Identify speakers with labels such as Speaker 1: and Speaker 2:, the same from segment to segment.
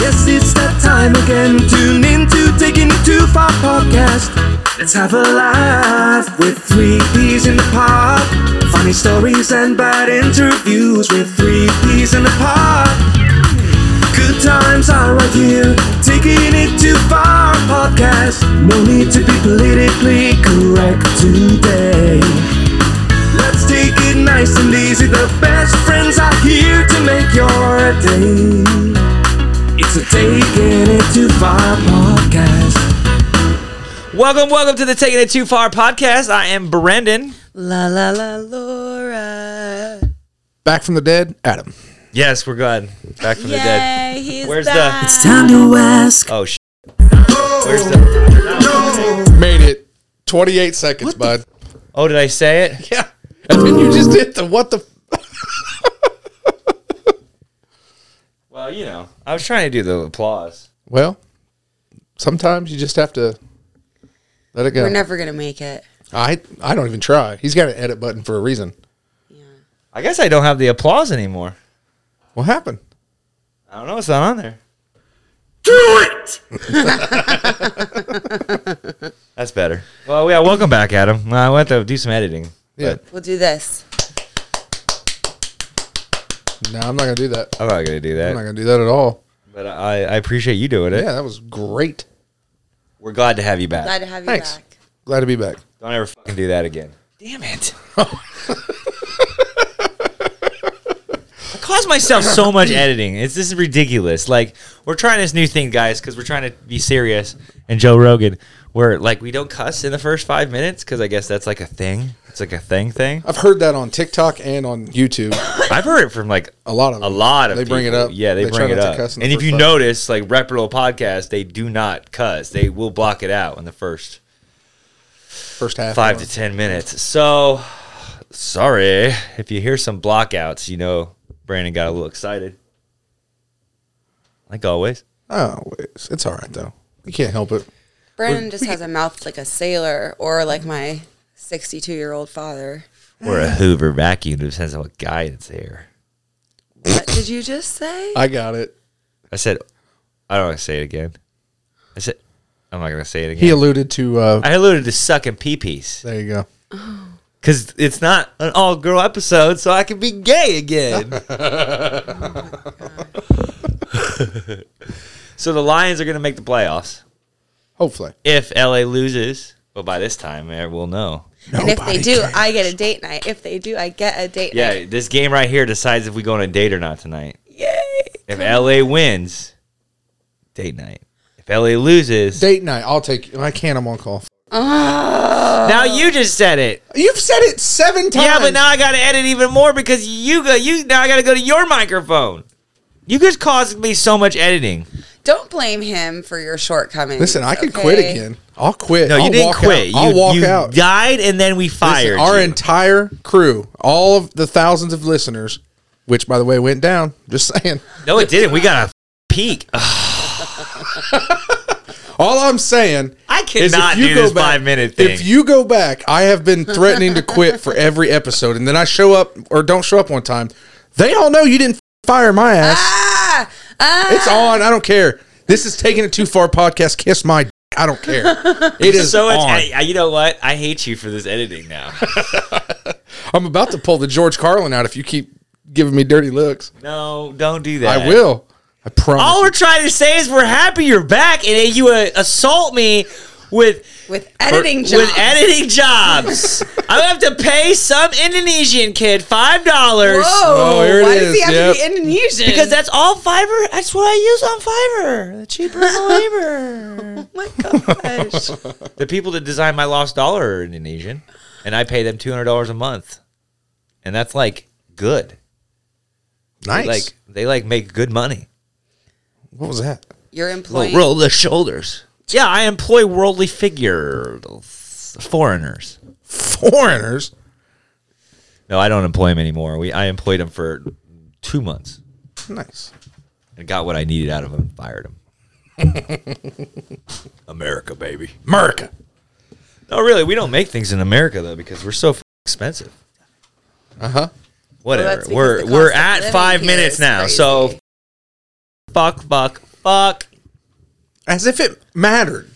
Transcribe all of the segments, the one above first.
Speaker 1: Yes, it's that time again. Tune in to Taking It Too Far podcast. Let's have a laugh with three P's in the pod. Funny stories and bad interviews with three P's in the pod. Good times are right here. Taking It Too Far podcast. No need to be politically correct today. Let's take it nice and easy. The best friends are here to make your day. It's a taking it too far podcast.
Speaker 2: Welcome, welcome to the Taking It Too Far podcast. I am Brendan.
Speaker 3: La la la Laura.
Speaker 4: Back from the dead, Adam.
Speaker 2: Yes, we're glad. Back from the dead.
Speaker 3: Yay, he's
Speaker 2: Where's the-
Speaker 3: back.
Speaker 2: It's
Speaker 1: Time to ask.
Speaker 2: Oh, sh- Where's the?
Speaker 4: Made it. 28 seconds, bud.
Speaker 2: Oh, did I say it?
Speaker 4: yeah. And then you just did the what the. F-
Speaker 2: Well, you know, I was trying to do the applause.
Speaker 4: well, sometimes you just have to let it go.
Speaker 3: We're never gonna make it.
Speaker 4: I, I don't even try. He's got an edit button for a reason.
Speaker 2: I guess I don't have the applause anymore.
Speaker 4: What happened?
Speaker 2: I don't know. It's not on there. Do it. That's better. Well, yeah. Welcome back, Adam. I went to do some editing.
Speaker 4: Yeah.
Speaker 3: We'll do this.
Speaker 4: No, I'm not going to do that.
Speaker 2: I'm not gonna do
Speaker 4: I'm not
Speaker 2: that.
Speaker 4: going to do that at all.
Speaker 2: But I, I appreciate you doing it.
Speaker 4: Yeah, that was great.
Speaker 2: We're glad to have you back.
Speaker 3: Glad to have you
Speaker 4: Thanks.
Speaker 3: back.
Speaker 4: Glad to be back.
Speaker 2: Don't ever fucking do that again. Damn it. I caused myself so much editing. It's this is ridiculous. Like we're trying this new thing, guys, because we're trying to be serious. And Joe Rogan, where like we don't cuss in the first five minutes, because I guess that's like a thing. It's like a thing thing.
Speaker 4: I've heard that on TikTok and on YouTube.
Speaker 2: I've heard it from like
Speaker 4: A lot of
Speaker 2: a lot of
Speaker 4: They bring it
Speaker 2: people.
Speaker 4: up.
Speaker 2: Yeah, they,
Speaker 4: They try
Speaker 2: bring it
Speaker 4: not to
Speaker 2: up.
Speaker 4: cuss in
Speaker 2: And
Speaker 4: the
Speaker 2: if
Speaker 4: first
Speaker 2: you
Speaker 4: five.
Speaker 2: notice, like reputable podcasts, they do not cuss. They will block it out in the first
Speaker 4: First half.
Speaker 2: five to ten minutes. So sorry if you hear some blockouts. You know, Brandon got a little excited, like always.
Speaker 4: Oh, it's, it's all right, though. You can't help it.
Speaker 3: Brandon just has a mouth like a sailor or like my sixty-two year old father.
Speaker 2: Or a Hoover vacuum that sends out a guy that's there.
Speaker 3: What did you just say?
Speaker 4: I got it.
Speaker 2: I said, I don't want to say it again. I said, I'm not gonna say it again.
Speaker 4: He alluded to. Uh,
Speaker 2: I alluded to sucking pee pees
Speaker 4: there you go.
Speaker 2: because it's not an all girl episode, so I can be gay again. so the Lions are gonna make the playoffs.
Speaker 4: Hopefully.
Speaker 2: if LA loses, well, by this time eh, we'll know.
Speaker 3: and if they
Speaker 4: Nobody
Speaker 3: do,
Speaker 4: cares.
Speaker 3: I get a date night. If they do, I get a date night.
Speaker 2: Yeah, this game right here decides if we go on a date or not tonight.
Speaker 3: Yay.
Speaker 2: If LA wins, date night. If LA loses,
Speaker 4: Date night. I'll take. I can't. I'm on call.
Speaker 2: now you just said it.
Speaker 4: You've said it seven times.
Speaker 2: Yeah, but now I got to edit even more because you go. You now I got to go to your microphone. You just caused me so much editing.
Speaker 3: Don't blame him for your shortcomings.
Speaker 4: Listen, I could
Speaker 3: okay?
Speaker 4: quit again. I'll quit.
Speaker 2: No, you
Speaker 4: I'll
Speaker 2: didn't
Speaker 4: walk
Speaker 2: quit.
Speaker 4: Out. I'll
Speaker 2: you,
Speaker 4: walk
Speaker 2: you
Speaker 4: out.
Speaker 2: died, and then we fired
Speaker 4: Listen, our
Speaker 2: you.
Speaker 4: entire crew, all of the thousands of listeners, which by the way went down. Just saying.
Speaker 2: no, it didn't. We got a peak. Ugh,
Speaker 4: All I'm saying
Speaker 2: I
Speaker 4: is
Speaker 2: cannot
Speaker 4: if you
Speaker 2: do
Speaker 4: go
Speaker 2: this
Speaker 4: back,
Speaker 2: five minute thing.
Speaker 4: If you go back, I have been threatening to quit for every episode, and then I show up or don't show up one time. They all know you didn't fire my ass.
Speaker 3: Ah, ah.
Speaker 4: It's on. I don't care. This is taking it too far. Podcast. Kiss my. D- I don't care. It is
Speaker 2: so much.
Speaker 4: on.
Speaker 2: I, I- you know what? I hate you for this editing now.
Speaker 4: I'm about to pull the George Carlin out if you keep giving me dirty looks.
Speaker 2: no, don't do that.
Speaker 4: I will. I promise.
Speaker 2: All we're trying to say is we're happy you're back, and then you uh, assault me with
Speaker 3: with editing jobs.
Speaker 2: with editing jobs. I have to pay some Indonesian kid five dollars
Speaker 3: Whoa!
Speaker 4: Oh, here it
Speaker 3: why does he
Speaker 4: is,
Speaker 3: have
Speaker 4: yep.
Speaker 3: to be Indonesian?
Speaker 2: because that's all Fiverr. That's what I use on Fiverr. The cheaper the labor.
Speaker 3: Oh my gosh.
Speaker 2: the people that design my lost dollar are Indonesian, and I pay them two hundred dollars a month, and that's like good.
Speaker 4: nice.
Speaker 2: Like they like make good money.
Speaker 4: what was that?
Speaker 3: You're employing
Speaker 2: roll the shoulders. Yeah, I employ worldly figure foreigners.
Speaker 4: Foreigners.
Speaker 2: No, I don't employ them anymore. We I employed them for two months
Speaker 4: Nice.
Speaker 2: and got what I needed out of them. Fired them. America, baby.
Speaker 4: America.
Speaker 2: No, really, we don't make things in America though because we're so f- expensive.
Speaker 4: Uh huh.
Speaker 2: Whatever.
Speaker 3: that's because
Speaker 2: we're
Speaker 3: the
Speaker 2: we're
Speaker 3: cost of
Speaker 2: at
Speaker 3: living
Speaker 2: five
Speaker 3: here
Speaker 2: minutes
Speaker 3: is
Speaker 2: now, so
Speaker 3: crazy.
Speaker 2: fuck, fuck, fuck?
Speaker 4: As if it mattered.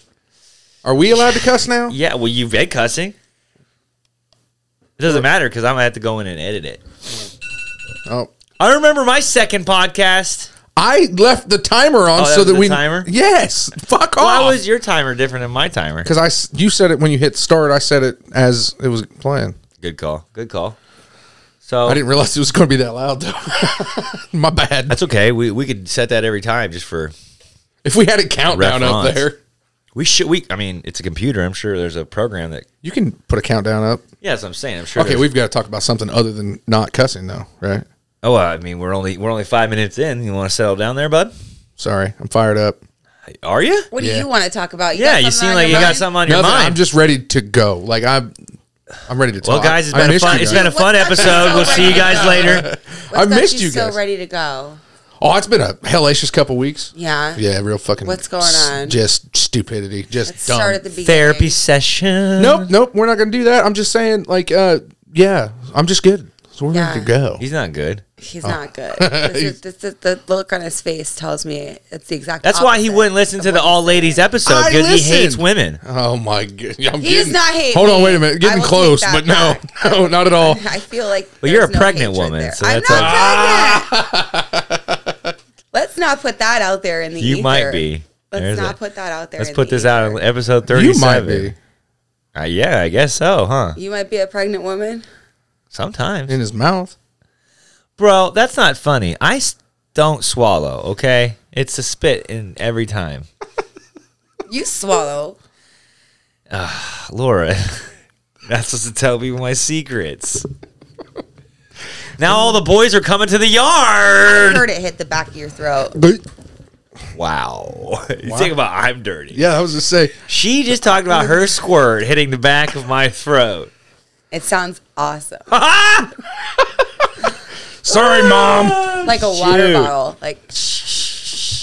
Speaker 4: Are we allowed to cuss now?
Speaker 2: Yeah, well, you've been cussing. It doesn't matter because I'm gonna have to go in and edit it.
Speaker 4: Oh.
Speaker 2: I remember my second podcast.
Speaker 4: I left the timer on
Speaker 2: Oh, that
Speaker 4: so
Speaker 2: was
Speaker 4: that
Speaker 2: the
Speaker 4: we
Speaker 2: timer?
Speaker 4: Yes. Fuck off.
Speaker 2: Why was your timer different than my timer?
Speaker 4: Because I s- you said it when you hit start. I said it as it was playing.
Speaker 2: Good call. Good call. So
Speaker 4: I didn't realize it was going to be that loud though. My bad.
Speaker 2: that's okay. We we could set that every time just for
Speaker 4: If we had a countdown up
Speaker 2: Reference.
Speaker 4: there,
Speaker 2: we should we. I mean, it's a computer. I'm sure there's a program that.
Speaker 4: you can put a countdown up.
Speaker 2: Yeah, that's what I'm saying. I'm sure.
Speaker 4: Okay,
Speaker 2: there's-
Speaker 4: we've got to talk about something other than not cussing though, right?
Speaker 2: Oh, well, I mean, we're only we're only five minutes in. You want to settle down there, bud?
Speaker 4: Sorry, I'm fired up.
Speaker 2: Are you?
Speaker 3: What do
Speaker 4: Yeah.
Speaker 3: you want to talk about?
Speaker 2: Yeah,
Speaker 3: got
Speaker 2: you
Speaker 3: something
Speaker 2: seem
Speaker 3: on
Speaker 2: like
Speaker 3: your
Speaker 2: you got
Speaker 3: mind?
Speaker 2: something on your
Speaker 4: Nothing.
Speaker 2: mind.
Speaker 4: I'm just ready to go. Like I'm, I'm ready to talk.
Speaker 2: well, guys, it's
Speaker 4: I
Speaker 2: been a
Speaker 4: missed
Speaker 2: fun.
Speaker 4: you
Speaker 2: It's
Speaker 4: guys.
Speaker 2: been a fun episode. We'll see you guys later.
Speaker 4: I
Speaker 3: What's got
Speaker 4: missed you
Speaker 3: so
Speaker 4: guys.
Speaker 3: ready to go.
Speaker 4: Oh, it's been a hellacious couple weeks.
Speaker 3: Yeah.
Speaker 4: Yeah, real fucking.
Speaker 3: What's going
Speaker 4: s-
Speaker 3: on?
Speaker 4: Just stupidity. Just
Speaker 3: Let's
Speaker 4: dumb.
Speaker 3: start at the beginning.
Speaker 2: Therapy session.
Speaker 4: Nope, nope. We're not going to do that. I'm just saying, like, uh, yeah, I'm just good. So we're ready to
Speaker 3: Yeah.
Speaker 4: go.
Speaker 2: He's not good.
Speaker 3: He's not good. This is, this is, the look on his face tells me it's the exact.
Speaker 2: That's why he
Speaker 3: opposite.
Speaker 2: wouldn't listen to the all ladies episode
Speaker 4: I
Speaker 2: because he
Speaker 4: listened.
Speaker 2: hates women.
Speaker 4: oh my god, I'm
Speaker 3: He is not hating.
Speaker 4: Hold on, wait a minute.
Speaker 3: I
Speaker 4: Getting
Speaker 3: will
Speaker 4: close,
Speaker 3: take
Speaker 4: but
Speaker 3: that
Speaker 4: no,
Speaker 3: back.
Speaker 4: no, not at all.
Speaker 3: I feel like.
Speaker 2: But you're
Speaker 3: there's
Speaker 2: a
Speaker 3: no
Speaker 2: pregnant
Speaker 3: hatred
Speaker 2: woman,
Speaker 3: there.
Speaker 2: so
Speaker 3: I'm
Speaker 2: that's
Speaker 3: not
Speaker 2: all-
Speaker 3: pregnant. Let's not put that out there in the.
Speaker 2: You
Speaker 3: ether.
Speaker 2: might be.
Speaker 3: Let's
Speaker 2: There's
Speaker 3: not
Speaker 2: a-
Speaker 3: put that out there.
Speaker 2: Let's
Speaker 3: in
Speaker 2: put
Speaker 3: the
Speaker 2: this out
Speaker 3: ether.
Speaker 2: on episode
Speaker 4: You
Speaker 2: 37.
Speaker 4: might be
Speaker 2: Uh, yeah, I guess so, huh?
Speaker 3: You might be a pregnant woman.
Speaker 2: Sometimes.
Speaker 4: in his mouth.
Speaker 2: Bro, that's not funny. I s- don't swallow, okay? It's a spit in every time.
Speaker 3: You swallow.
Speaker 2: Laura, that's supposed to tell people my secrets. Now all the boys are coming to the
Speaker 3: I
Speaker 2: yard.
Speaker 3: heard it hit the back of your throat.
Speaker 4: But
Speaker 2: Wow. You think about I'm dirty.
Speaker 4: yeah, I was just say
Speaker 2: She just talked about her squirt hitting the back of my throat.
Speaker 3: It sounds awesome,
Speaker 4: sorry, mom.
Speaker 3: like a water
Speaker 2: Shoot.
Speaker 3: bottle. Like,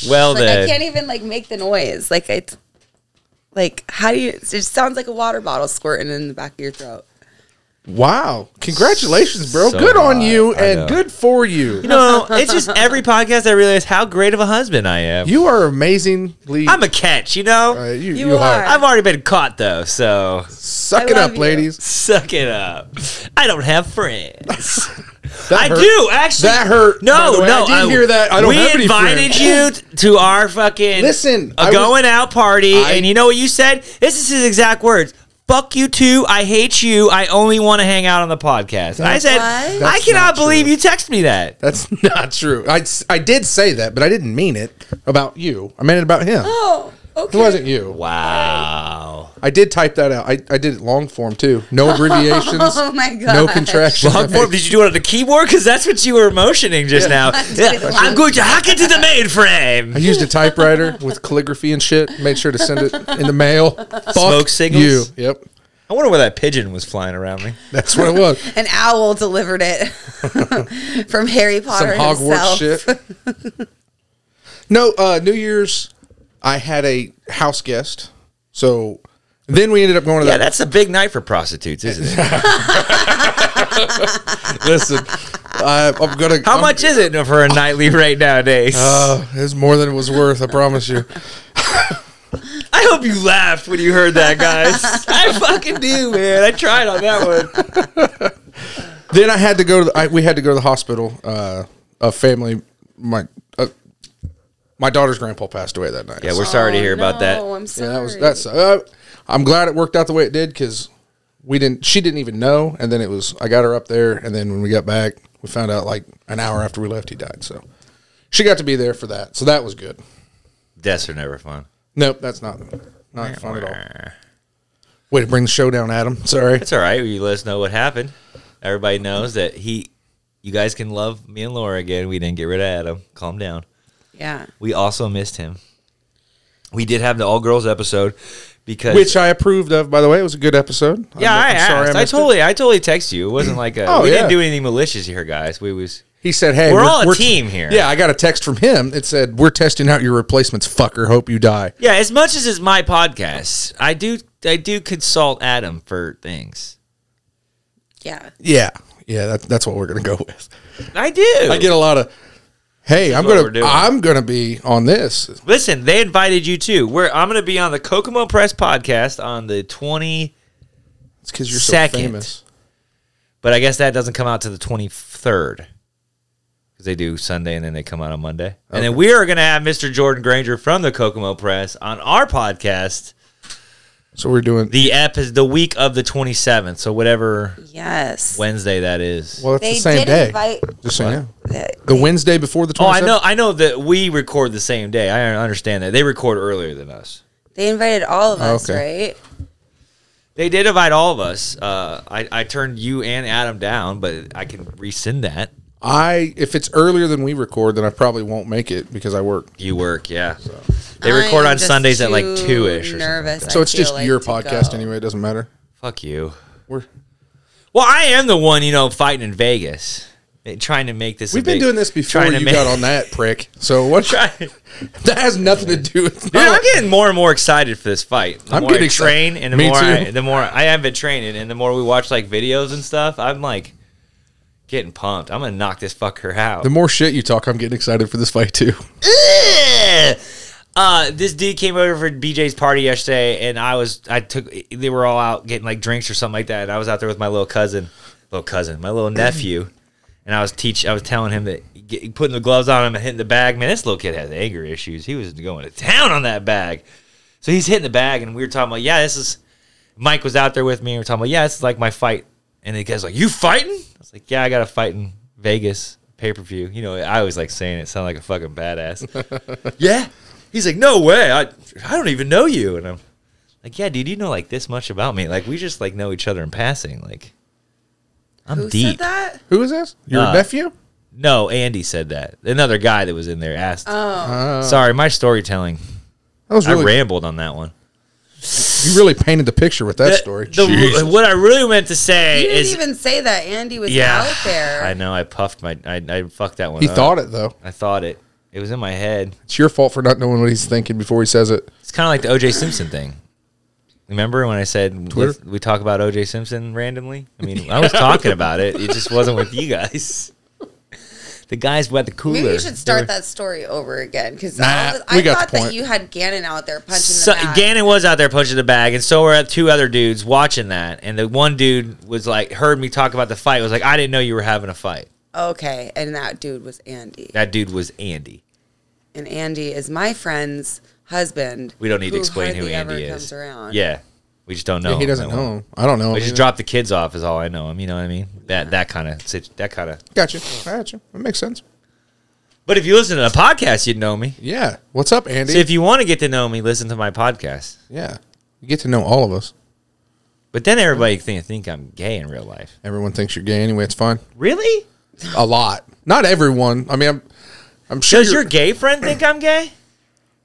Speaker 2: Well
Speaker 3: like I
Speaker 2: then.
Speaker 3: can't even like make the noise. Like it's like how do you? It just sounds like a water bottle squirting in the back of your throat.
Speaker 4: Wow, congratulations, bro.
Speaker 2: So
Speaker 4: good on
Speaker 2: hot.
Speaker 4: you
Speaker 2: I
Speaker 4: and
Speaker 2: know.
Speaker 4: good for you.
Speaker 2: No, it's just every podcast I realize how great of a husband I am.
Speaker 4: You are amazingly.
Speaker 2: I'm a catch, you know?
Speaker 4: uh, you,
Speaker 3: You
Speaker 4: you are.
Speaker 3: are.
Speaker 2: I've already been caught though, so
Speaker 4: Suck
Speaker 3: I
Speaker 4: it up,
Speaker 3: love you.
Speaker 4: ladies.
Speaker 2: suck it up. I don't have friends.
Speaker 4: That
Speaker 2: I
Speaker 4: hurt.
Speaker 2: do actually.
Speaker 4: That hurt,
Speaker 2: No,
Speaker 4: by the way.
Speaker 2: no.
Speaker 4: I did hear that. I don't
Speaker 2: we
Speaker 4: have any
Speaker 2: invited
Speaker 4: friends. Oh.
Speaker 2: you to our fucking
Speaker 4: Listen, I
Speaker 2: a
Speaker 4: was-
Speaker 2: going out party,
Speaker 4: I-
Speaker 2: and you know what you said? This is his exact words. Fuck you too. I hate you. I only want to hang out on the podcast. And I said,
Speaker 3: What?
Speaker 2: I
Speaker 4: That's
Speaker 2: cannot
Speaker 4: not true.
Speaker 2: believe you texted me that.
Speaker 4: That's not true. I, s- I did say that, but I didn't mean it about you. I meant it about him.
Speaker 3: Oh, okay.
Speaker 4: It wasn't you.
Speaker 2: Wow.
Speaker 4: I did type that out. I, I did it long form too. No abbreviations.
Speaker 3: Oh my god.
Speaker 4: No contractions.
Speaker 2: Long form, did you do it on the keyboard? Because that's what you were motioning just now.
Speaker 3: did it
Speaker 2: I'm going to hack into the mainframe.
Speaker 4: I used a typewriter with calligraphy and shit. Made sure to send it in the mail. Fuck
Speaker 2: Smoke signals?
Speaker 4: You. Yep.
Speaker 2: I wonder where that pigeon was flying around me.
Speaker 4: That's what it was.
Speaker 3: An owl delivered it from Harry
Speaker 4: Some
Speaker 3: Potter
Speaker 4: Hogwarts
Speaker 3: himself.
Speaker 4: shit. No, uh, New Year's, I had a house guest. So then we ended up going to
Speaker 2: Yeah,
Speaker 4: that.
Speaker 2: that's a big night for prostitutes, isn't it?
Speaker 4: Listen, I, I'm going to.
Speaker 2: How much is it for a nightly rate nowadays?
Speaker 4: Uh, it's more than it was worth, I promise you.
Speaker 2: I hope you laughed when you heard that, guys. I fucking do, man. I tried on that one.
Speaker 4: then I had to go to the, I, we had to go to the hospital. Uh, a family, my uh, my daughter's grandpa passed away that night.
Speaker 2: Yeah, we're sorry to hear
Speaker 3: no,
Speaker 2: about that.
Speaker 3: Oh, I'm
Speaker 4: yeah,
Speaker 3: sorry.
Speaker 4: that was that's. Uh, I'm glad it worked out the way it did because we didn't. She didn't even know, and then it was. I got her up there, and then when we got back, we found out like an hour after we left, he died. So she got to be there for that. So that was good.
Speaker 2: Deaths are never fun.
Speaker 4: Nope, that's not not fun at all. Way to bring the show down, Adam. Sorry.
Speaker 2: It's all right. You let us know what happened. Everybody knows that he, you guys can love me and Laura again. We didn't get rid of Adam. Calm down.
Speaker 3: yeah.
Speaker 2: We also missed him. We did have the all girls episode because
Speaker 4: Which I approved of, by the way. It was a good episode.
Speaker 2: Yeah,
Speaker 4: I'm-
Speaker 2: i
Speaker 4: I'm sorry
Speaker 2: asked. I,
Speaker 4: missed it.
Speaker 2: totally, I totally text you. It wasn't like a,
Speaker 4: Oh,
Speaker 2: we
Speaker 4: yeah.
Speaker 2: didn't do anything malicious here, guys. We was
Speaker 4: He said, "Hey,
Speaker 2: We're all a team here."
Speaker 4: Yeah, I got a text from him. It said, "We're testing out your replacements, fucker. Hope you die."
Speaker 2: yeah. As much as it's my podcast, I do, I do consult Adam for things.
Speaker 3: Yeah.
Speaker 4: Yeah, yeah, that, that's what we're gonna go with.
Speaker 2: I do.
Speaker 4: I get a lot of Hey, I'm
Speaker 2: what we're
Speaker 4: gonna
Speaker 2: doing.
Speaker 4: I'm gonna be on this.
Speaker 2: Listen, they invited you too. We're I'm going to be on the Kokomo Press podcast on the 20,
Speaker 4: It's because you're so
Speaker 2: Second.
Speaker 4: famous.
Speaker 2: but I guess that doesn't come out to the 23rd. Cuz they do Sunday and then they come out on Monday. And then we are going to have Mr. Jordan Granger from the Kokomo Press on our podcast.
Speaker 4: So we're doing.
Speaker 2: The ep is the week of the 27th, so whatever
Speaker 3: Yes.
Speaker 2: Wednesday that is.
Speaker 4: well, it's
Speaker 3: They
Speaker 4: the same
Speaker 3: did
Speaker 4: day.
Speaker 3: invite.
Speaker 4: Just so you know.
Speaker 3: The,
Speaker 4: the Wednesday before the 27th.
Speaker 2: Oh, I know. I know that we record the same day. I understand that they record earlier than us.
Speaker 3: they invited all of
Speaker 4: Oh,
Speaker 3: us,
Speaker 4: okay.
Speaker 3: right?
Speaker 2: They did invite all of us. Uh, I, I turned you and Adam down, but I can rescind that.
Speaker 4: I if it's earlier than we record, then I probably won't make it because I work.
Speaker 2: You work, yeah. They record
Speaker 3: I am
Speaker 2: on
Speaker 3: just
Speaker 2: Sundays at like
Speaker 3: too
Speaker 2: two ish or something.
Speaker 3: Nervous.
Speaker 4: So
Speaker 3: I
Speaker 4: it's just
Speaker 3: feel like,
Speaker 4: your
Speaker 3: to
Speaker 4: podcast
Speaker 3: go.
Speaker 4: anyway. It doesn't matter.
Speaker 2: Fuck you.
Speaker 4: We're
Speaker 2: Well, I am the one you know fighting in Vegas, eh, trying to make this. a
Speaker 4: we've been
Speaker 2: big-
Speaker 4: doing this before
Speaker 2: trying to
Speaker 4: you
Speaker 2: make-
Speaker 4: got on that prick. So what?
Speaker 2: Try-
Speaker 4: that has nothing to do with.
Speaker 2: Dude, I'm getting more and more excited for this fight. The
Speaker 4: I'm
Speaker 2: more
Speaker 4: getting
Speaker 2: I train,
Speaker 4: excited.
Speaker 2: and the
Speaker 4: Me
Speaker 2: more I,
Speaker 4: too.
Speaker 2: the more I have been training, and the more we watch like videos and stuff, I'm like getting pumped. I'm gonna knock this fucker out.
Speaker 4: the more shit you talk, I'm getting excited for this fight too.
Speaker 2: Ugh. Uh, this dude came over for BJ's party yesterday, and I was I took they were all out getting like drinks or something like that, and I was out there with my little cousin, little cousin, my little nephew, and I was teach I was telling him that get, putting the gloves on him and hitting the bag. Man, this little kid has anger issues. He was going to town on that bag, so he's hitting the bag, and we were talking about yeah, this is Mike was out there with me, and we are talking about yeah, this is like my fight, and the guy's like, you fighting? I was like, yeah, I got a fight in Vegas pay per view. You know, I always like saying it, sound like a fucking badass. Yeah. He's like, no way. I I don't even know you. And I'm like, yeah, dude, you know like this much about me. Like we just like know each other in passing. Like I'm
Speaker 3: Who
Speaker 2: deep.
Speaker 3: said that?
Speaker 4: Who is this? Your
Speaker 2: Uh,
Speaker 4: nephew?
Speaker 2: No, Andy said that. Another guy that was in there asked.
Speaker 3: Oh.
Speaker 4: Uh,
Speaker 2: Sorry, my storytelling.
Speaker 4: that was
Speaker 2: I
Speaker 4: really
Speaker 2: rambled on that one.
Speaker 4: you really painted the picture with that
Speaker 2: The-
Speaker 4: story.
Speaker 2: the-
Speaker 4: Jesus.
Speaker 2: what I really meant to say
Speaker 3: You didn't
Speaker 2: is
Speaker 3: even say that. Andy was
Speaker 2: yeah.
Speaker 3: out there.
Speaker 2: I know I puffed my I, I fucked that one
Speaker 4: he
Speaker 2: up.
Speaker 4: thought it though.
Speaker 2: I thought it. It was in my head.
Speaker 4: It's your fault for not knowing what he's thinking before he says it.
Speaker 2: It's kind of like the OJ Simpson thing. Remember when I said
Speaker 4: Twitter?
Speaker 2: we talk about OJ Simpson randomly? I mean, I was talking about it. It just wasn't with you guys. The guys who had the cooler.
Speaker 3: Maybe you should start
Speaker 2: They were-
Speaker 3: that story over again because
Speaker 4: Nah,
Speaker 3: I, was- I
Speaker 4: we got
Speaker 3: thought
Speaker 4: the point.
Speaker 3: that you had Gannon out there punching
Speaker 2: So,
Speaker 3: the bag.
Speaker 2: Gannon was out there punching the bag, and so were two other dudes watching that. And the one dude was like, heard me talk about the fight. Was like, I didn't know you were having a fight.
Speaker 3: Okay, and that dude was Andy,
Speaker 2: That dude was Andy.
Speaker 3: and Andy is my friend's husband.
Speaker 2: We don't need to
Speaker 3: who
Speaker 2: explain who
Speaker 3: hardly ever
Speaker 2: Andy
Speaker 3: comes
Speaker 2: is.
Speaker 3: around.
Speaker 2: Yeah, we just don't know.
Speaker 4: Yeah, he
Speaker 2: him
Speaker 4: doesn't
Speaker 2: that well.
Speaker 4: know him. I don't know.
Speaker 2: We
Speaker 4: him
Speaker 2: just
Speaker 4: either.
Speaker 2: dropped the kids off. Is all I know him. You know what I mean? That that kind of that kind of.
Speaker 4: Gotcha. I gotcha. That makes sense.
Speaker 2: But if you listen to the podcast, you'd know me.
Speaker 4: Yeah. What's up, Andy?
Speaker 2: So if you want to get to know me, listen to my podcast.
Speaker 4: yeah. You get to know all of us.
Speaker 2: But then everybody think think I'm gay in real life.
Speaker 4: Everyone thinks you're gay anyway. It's fine.
Speaker 2: Really?
Speaker 4: A lot. Not everyone. I mean, I'm, I'm sure.
Speaker 2: Does your gay friend think I'm gay?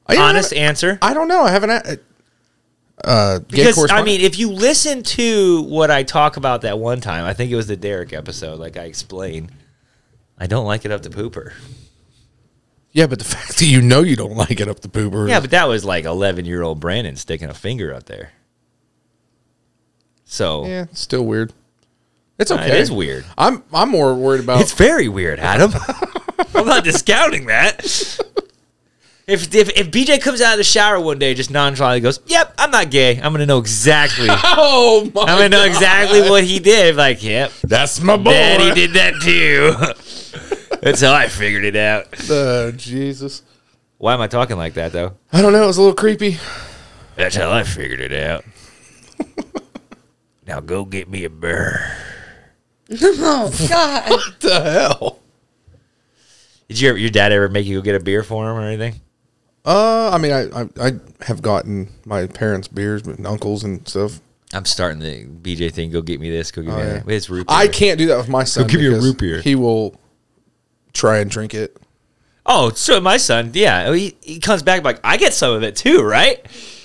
Speaker 4: I-
Speaker 2: Honest
Speaker 4: I,
Speaker 2: answer.
Speaker 4: I don't know. I haven't. a- Uh, gay
Speaker 2: Because I
Speaker 4: correspondent.
Speaker 2: mean, if you listen to what I talk about that one time, I think it was the Derek episode. Like I explained, I don't like it up the pooper.
Speaker 4: yeah, but the fact that you know you don't like it up the pooper.
Speaker 2: Yeah, but that was like 11 year old Brandon sticking a finger up there. So
Speaker 4: yeah, it's still weird. It's
Speaker 2: uh,
Speaker 4: okay.
Speaker 2: it is weird.
Speaker 4: I'm I'm more worried about.
Speaker 2: It's very weird, Adam. I'm not discounting that. If, if if BJ comes out of the shower one day just nonchalantly goes, "Yep, I'm not gay." I'm gonna know exactly. I'm
Speaker 4: oh my!
Speaker 2: gonna know exactly what he did. Like, yep,
Speaker 4: That's my boy.
Speaker 2: Daddy did that too. That's how I figured it out. Oh,
Speaker 4: Uh, Jesus.
Speaker 2: Why am I talking like that though?
Speaker 4: I don't know. It was a little creepy.
Speaker 2: That's how I figured it out. now go get me a burr.
Speaker 3: Oh God,
Speaker 4: What the hell?
Speaker 2: Did your your dad ever make you go get a beer for him or anything?
Speaker 4: Uh, I mean, I, I I have gotten my parents' beers and uncles and stuff.
Speaker 2: I'm starting the BJ thing. Go get me this. Go get me that. It's root
Speaker 4: I
Speaker 2: beer.
Speaker 4: can't do that with my son.
Speaker 2: give you a
Speaker 4: because
Speaker 2: root beer.
Speaker 4: He will try and drink it.
Speaker 2: Oh, so my son, yeah, he, he comes back like I get some of it too, right?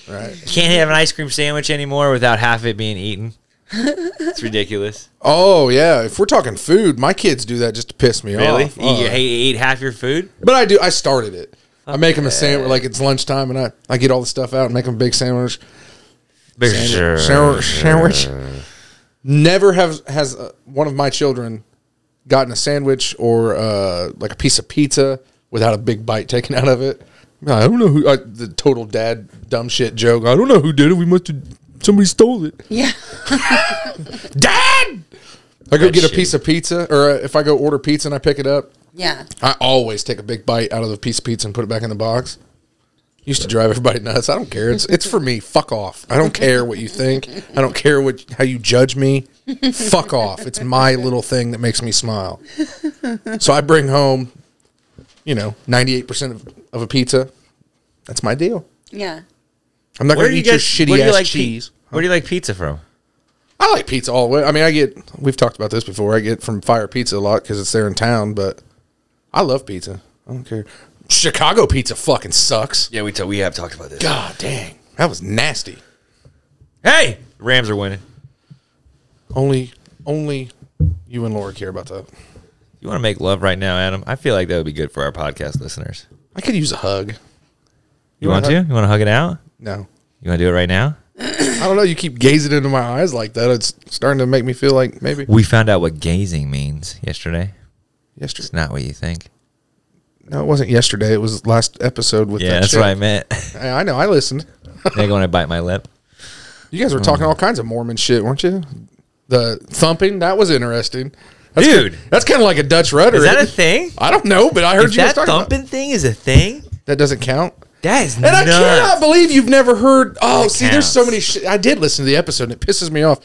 Speaker 4: Right.
Speaker 2: Can't have an ice cream sandwich anymore without half of it being eaten. it's ridiculous.
Speaker 4: Oh yeah. If we're talking food, my kids do that just to piss me
Speaker 2: Really?
Speaker 4: off.
Speaker 2: you
Speaker 4: Uh,
Speaker 2: hate eat half your food?
Speaker 4: but I do. I started it. I make them a sandwich like it's lunchtime, and I, I get all the stuff out and make them a big sandwich. Sandwich. Sandwich. Never have has uh, one of my children gotten a sandwich or uh, like a piece of pizza without a big bite taken out of it. I don't know who I, the total dad dumb shit joke. I don't know who did it. We must have somebody stole it.
Speaker 3: Yeah.
Speaker 4: Dad. I go
Speaker 2: That's
Speaker 4: get a
Speaker 2: shitty.
Speaker 4: piece of pizza, or uh, if I go order pizza and I pick it up,
Speaker 3: Yeah.
Speaker 4: I always take a big bite out of the piece of pizza and put it back in the box. Used to drive everybody nuts. I don't care. It's it's for me. Fuck off. I don't care what you think. I don't care what how you judge me. Fuck off. It's my little thing that makes me smile. So I bring home, you know, ninety eight percent of of a pizza. That's my deal.
Speaker 3: Yeah.
Speaker 4: I'm not
Speaker 2: Where
Speaker 4: going
Speaker 2: do
Speaker 4: to
Speaker 2: you
Speaker 4: eat
Speaker 2: guys?
Speaker 4: your
Speaker 2: where
Speaker 4: shitty
Speaker 2: do you
Speaker 4: ass
Speaker 2: like pi-
Speaker 4: cheese.
Speaker 2: where do you like pizza from?
Speaker 4: I like pizza all the way. I mean, I get we've talked about this before. I get from Fire Pizza a lot because it's there in town, but I love pizza. I don't care. Chicago pizza fucking sucks.
Speaker 2: Yeah, we t- we have talked about this.
Speaker 4: God dang, that was nasty.
Speaker 2: Hey, Rams are winning.
Speaker 4: Only, only you and Laura care about that.
Speaker 2: You want to make love right now, Adam? I feel like that would be good for our podcast listeners.
Speaker 4: I could use a hug.
Speaker 2: You, want to?
Speaker 4: wanna
Speaker 2: You want to hug it out?
Speaker 4: No,
Speaker 2: You want to do it right now?
Speaker 4: I don't know. You keep gazing into my eyes like that. It's starting to make me feel like maybe
Speaker 2: We found out what gazing means yesterday.
Speaker 4: yesterday.
Speaker 2: It's not what you think.
Speaker 4: No, it wasn't yesterday. It was last episode with.
Speaker 2: Yeah,
Speaker 4: that
Speaker 2: that's
Speaker 4: chick.
Speaker 2: what I meant.
Speaker 4: I I know. I listened.
Speaker 2: They're going to bite my lip.
Speaker 4: You guys were talking all kinds of Mormon shit, weren't you? The thumping that was interesting, that's
Speaker 2: Dude.
Speaker 4: Kind that's kind of like a Dutch rudder.
Speaker 2: Is that a thing?
Speaker 4: I don't know, but I heard
Speaker 2: If
Speaker 4: you guys
Speaker 2: that
Speaker 4: talking about-
Speaker 2: thumping thing is a thing,
Speaker 4: that doesn't count.
Speaker 2: that is
Speaker 4: And I
Speaker 2: nuts.
Speaker 4: cannot believe you've never heard. Oh, see, there's so
Speaker 2: counts.
Speaker 4: many. Sh- I did listen to the episode, and it pisses me off.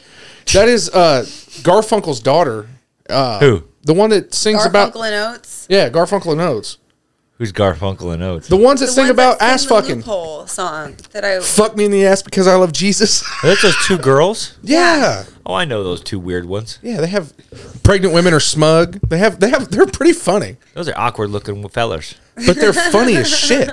Speaker 4: That is uh, Garfunkel's daughter,
Speaker 2: Who?
Speaker 4: the one that sings about
Speaker 3: Garfunkel and Oates.
Speaker 4: yeah, Garfunkel and Oates,
Speaker 2: Who's Garfunkel and Oates?
Speaker 4: the ones that
Speaker 3: The
Speaker 4: sing
Speaker 3: ones
Speaker 4: about
Speaker 3: that sing
Speaker 4: ass
Speaker 3: the
Speaker 4: fucking.
Speaker 3: Loophole song that I.
Speaker 4: Fuck me in the ass because I love Jesus.
Speaker 2: Are those those two girls?
Speaker 4: yeah,
Speaker 2: Oh, I know those two weird ones.
Speaker 4: yeah, they have pregnant women are smug. They have they have they're pretty funny,
Speaker 2: Those are awkward looking fellers.
Speaker 4: but they're funny as shit.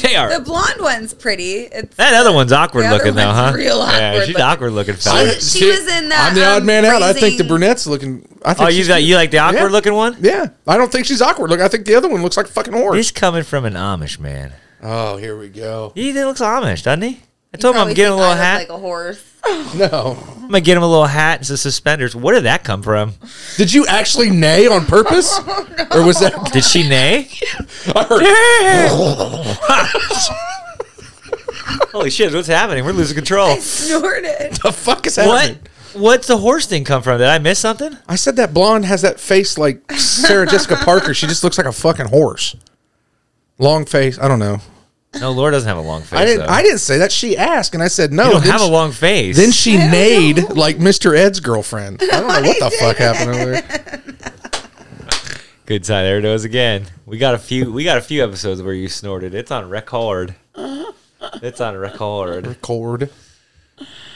Speaker 2: They are.
Speaker 3: The blonde one's pretty. It's
Speaker 2: that other one's awkward
Speaker 3: The other
Speaker 2: looking though,
Speaker 3: one's
Speaker 2: huh?
Speaker 3: real
Speaker 2: yeah,
Speaker 3: awkward
Speaker 2: she's
Speaker 3: looking.
Speaker 2: awkward looking
Speaker 4: I-
Speaker 2: fella.
Speaker 3: She was in that,
Speaker 4: I'm the odd
Speaker 3: um,
Speaker 4: man out. I think the
Speaker 3: Raising-
Speaker 4: brunette's looking. I think
Speaker 2: Oh, you
Speaker 4: she's
Speaker 2: got
Speaker 4: cute.
Speaker 2: you like the awkward
Speaker 4: Yeah.
Speaker 2: looking one?
Speaker 4: Yeah, I don't think she's awkward. Look, I think the other one looks like a fucking horse.
Speaker 2: He's coming from an Amish man.
Speaker 4: Oh, here we go.
Speaker 2: He looks Amish, doesn't he? I told him I'm
Speaker 3: probably
Speaker 2: getting a
Speaker 3: think
Speaker 2: little
Speaker 3: I look
Speaker 2: hat.
Speaker 3: Like a horse.
Speaker 4: No.
Speaker 2: I'm gonna get him a little hat and some suspenders. Where did that come from?
Speaker 4: Did you actually neigh on purpose?
Speaker 3: Oh,
Speaker 4: Or was that.
Speaker 2: Did she neigh?
Speaker 4: I heard,
Speaker 2: Holy shit! What's happening? We're losing control.
Speaker 3: I snorted.
Speaker 4: the fuck is
Speaker 2: What?
Speaker 4: happening?
Speaker 2: What's the horse thing come from? Did I miss something?
Speaker 4: I said that blonde has that face like Sarah Jessica Parker. She just looks like a fucking horse. Long face. I don't know.
Speaker 2: No, Laura doesn't have a long face.
Speaker 4: I didn't.
Speaker 2: Though.
Speaker 4: I didn't say that. She asked, and I said no.
Speaker 2: You don't
Speaker 4: Then
Speaker 2: have
Speaker 4: she-
Speaker 2: a long face.
Speaker 4: Then she
Speaker 3: don't
Speaker 4: neighed
Speaker 3: know.
Speaker 4: like Mr. Ed's girlfriend. I don't know what the fuck happened over there.
Speaker 2: Good time. There it goes again. We got a few. We got a few episodes where you snorted. It's on record. It's on record.
Speaker 4: Cord.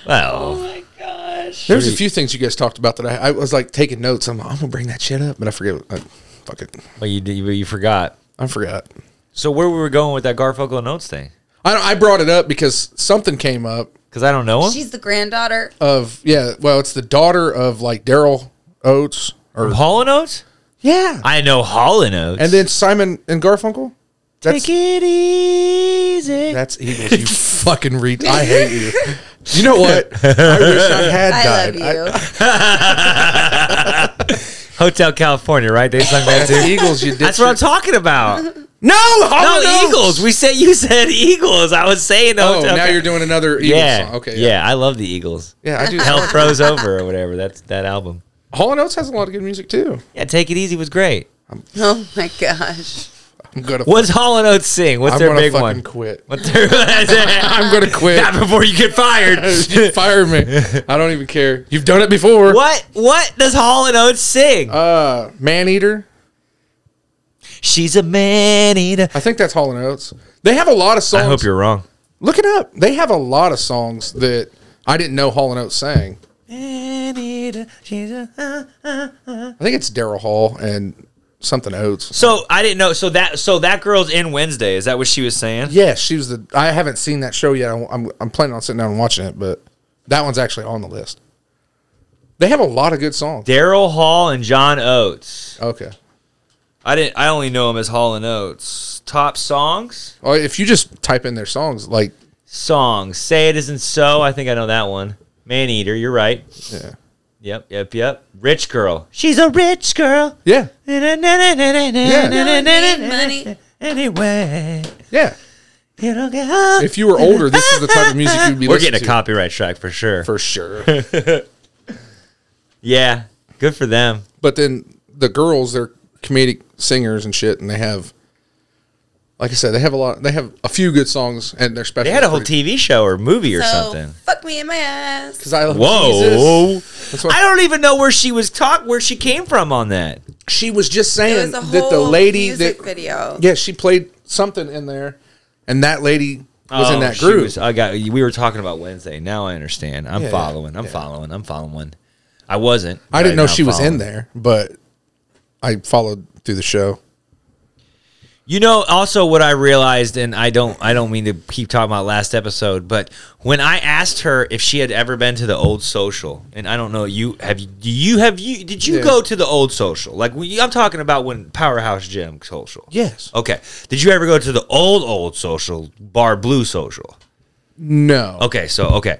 Speaker 2: Well,
Speaker 3: my gosh.
Speaker 4: There's a few things you guys talked about that I, I was like taking notes. I'm like, I'm gonna bring that shit up, but I forget. I, fuck it,
Speaker 2: well, you did- you, you forgot.
Speaker 4: I forgot.
Speaker 2: So where we were going with that Garfunkel and Oates thing?
Speaker 4: I, don't- I brought it up because something came up
Speaker 2: Because I don't know him.
Speaker 3: She's the granddaughter.
Speaker 2: Oh,
Speaker 4: of yeah. Well, it's the daughter of like Daryl Oates or
Speaker 2: Hall and Oates.
Speaker 4: yeah,
Speaker 2: I know Hall and Oates.
Speaker 4: and then Simon and Garfunkel. That's
Speaker 2: Take it easy.
Speaker 4: that's Eagles. You fucking read. I hate you. You know what? I wish I had
Speaker 3: I
Speaker 4: died.
Speaker 3: love you.
Speaker 4: I-
Speaker 2: Hotel California, right? They sung that
Speaker 4: that's
Speaker 2: too.
Speaker 4: the Eagles. You did.
Speaker 2: That's what I'm talking about.
Speaker 4: Oh, No, Hall
Speaker 2: no,
Speaker 4: and Oates!
Speaker 2: Eagles. We said you said Eagles. I was saying the
Speaker 4: Oh,
Speaker 2: Hotel
Speaker 4: now
Speaker 2: Cal-
Speaker 4: you're doing another Eagles
Speaker 2: yeah.
Speaker 4: song. Okay.
Speaker 2: yeah. I love the Eagles.
Speaker 4: Yeah, I do.
Speaker 2: Hell froze over or whatever. That's that album.
Speaker 4: Hall and Oates has a lot of good music too.
Speaker 2: Yeah, Take It Easy was great.
Speaker 3: oh my gosh.
Speaker 4: I'm gonna.
Speaker 2: What's Hall and Oates sing? What's
Speaker 4: I'm
Speaker 2: their
Speaker 4: gonna
Speaker 2: big
Speaker 4: fucking
Speaker 2: one?
Speaker 4: quit.
Speaker 2: What's their? I'm
Speaker 4: I'm gonna quit.
Speaker 2: Not before you get fired.
Speaker 4: you fired me. I don't even care. You've done it before.
Speaker 2: what? What does Hall and Oates sing?
Speaker 4: Uh, man eater.
Speaker 2: She's a man eater.
Speaker 4: I think that's Hall and Oates. They have a lot of songs.
Speaker 2: I hope you're wrong.
Speaker 4: Look it up. They have a lot of songs that I didn't know Hall and Oates sang.
Speaker 2: Man eater. She's a. uh.
Speaker 4: I think it's Daryl Hall and something Oates.
Speaker 2: So I didn't know. So that so that girl's in Wednesday. Is that what she was saying?
Speaker 4: Yes, she was the. I haven't seen that show yet. I'm, I'm, I'm planning on sitting down and watching it, but that one's actually on the list. They have a lot of good songs.
Speaker 2: Daryl Hall and John Oates.
Speaker 4: Okay.
Speaker 2: I didn't. I only know him as Hall and Oates. Top songs.
Speaker 4: Well, Oh, if you just type in their songs, like
Speaker 2: Songs. Say it isn't so. I think I know that one. Man eater. You're right.
Speaker 4: yeah.
Speaker 2: Yep, yep, yep. Rich girl. She's a rich girl.
Speaker 4: Yeah.
Speaker 2: Anyway,
Speaker 4: Yeah.
Speaker 2: you don't get up.
Speaker 4: If you were older, this is the type of music you'd be
Speaker 2: We're
Speaker 4: listening
Speaker 2: getting a
Speaker 4: to.
Speaker 2: copyright strike for sure.
Speaker 4: for sure.
Speaker 2: yeah, good for them.
Speaker 4: but then the girls, they're comedic singers and shit, and they have, like I said, they have a lot. They have a few good songs, and they're special.
Speaker 2: They had a whole TV show or movie or
Speaker 3: so
Speaker 2: something.
Speaker 3: fuck me in my ass.
Speaker 4: Because I love
Speaker 2: Whoa!
Speaker 4: Jesus. That's what-
Speaker 2: I don't even know where she was taught, where she came from on that.
Speaker 4: She was just
Speaker 3: It
Speaker 4: saying
Speaker 3: was a whole
Speaker 4: that the lady
Speaker 3: music
Speaker 4: that
Speaker 3: video.
Speaker 4: yeah, she played something in there, and that lady was in
Speaker 2: Oh,
Speaker 4: that
Speaker 2: she
Speaker 4: group.
Speaker 2: was- I got. We were talking about Wednesday. Now I understand. I'm
Speaker 4: Yeah,
Speaker 2: following. I'm
Speaker 4: yeah.
Speaker 2: following. I'm following. I wasn't. but
Speaker 4: I didn't know
Speaker 2: now
Speaker 4: she was
Speaker 2: following.
Speaker 4: in there, but I followed through the show.
Speaker 2: You know, also what I realized, and I don't, I don't mean to keep talking about last episode, but when I asked her if she had ever been to the old social, and I don't know, you have, you do you have you did you
Speaker 4: Yeah.
Speaker 2: go to the old social? Like we, I'm talking about when Powerhouse Gym social.
Speaker 4: Yes.
Speaker 2: Okay. Did you ever go to the old old social bar blue social?
Speaker 4: No.
Speaker 2: Okay, so okay.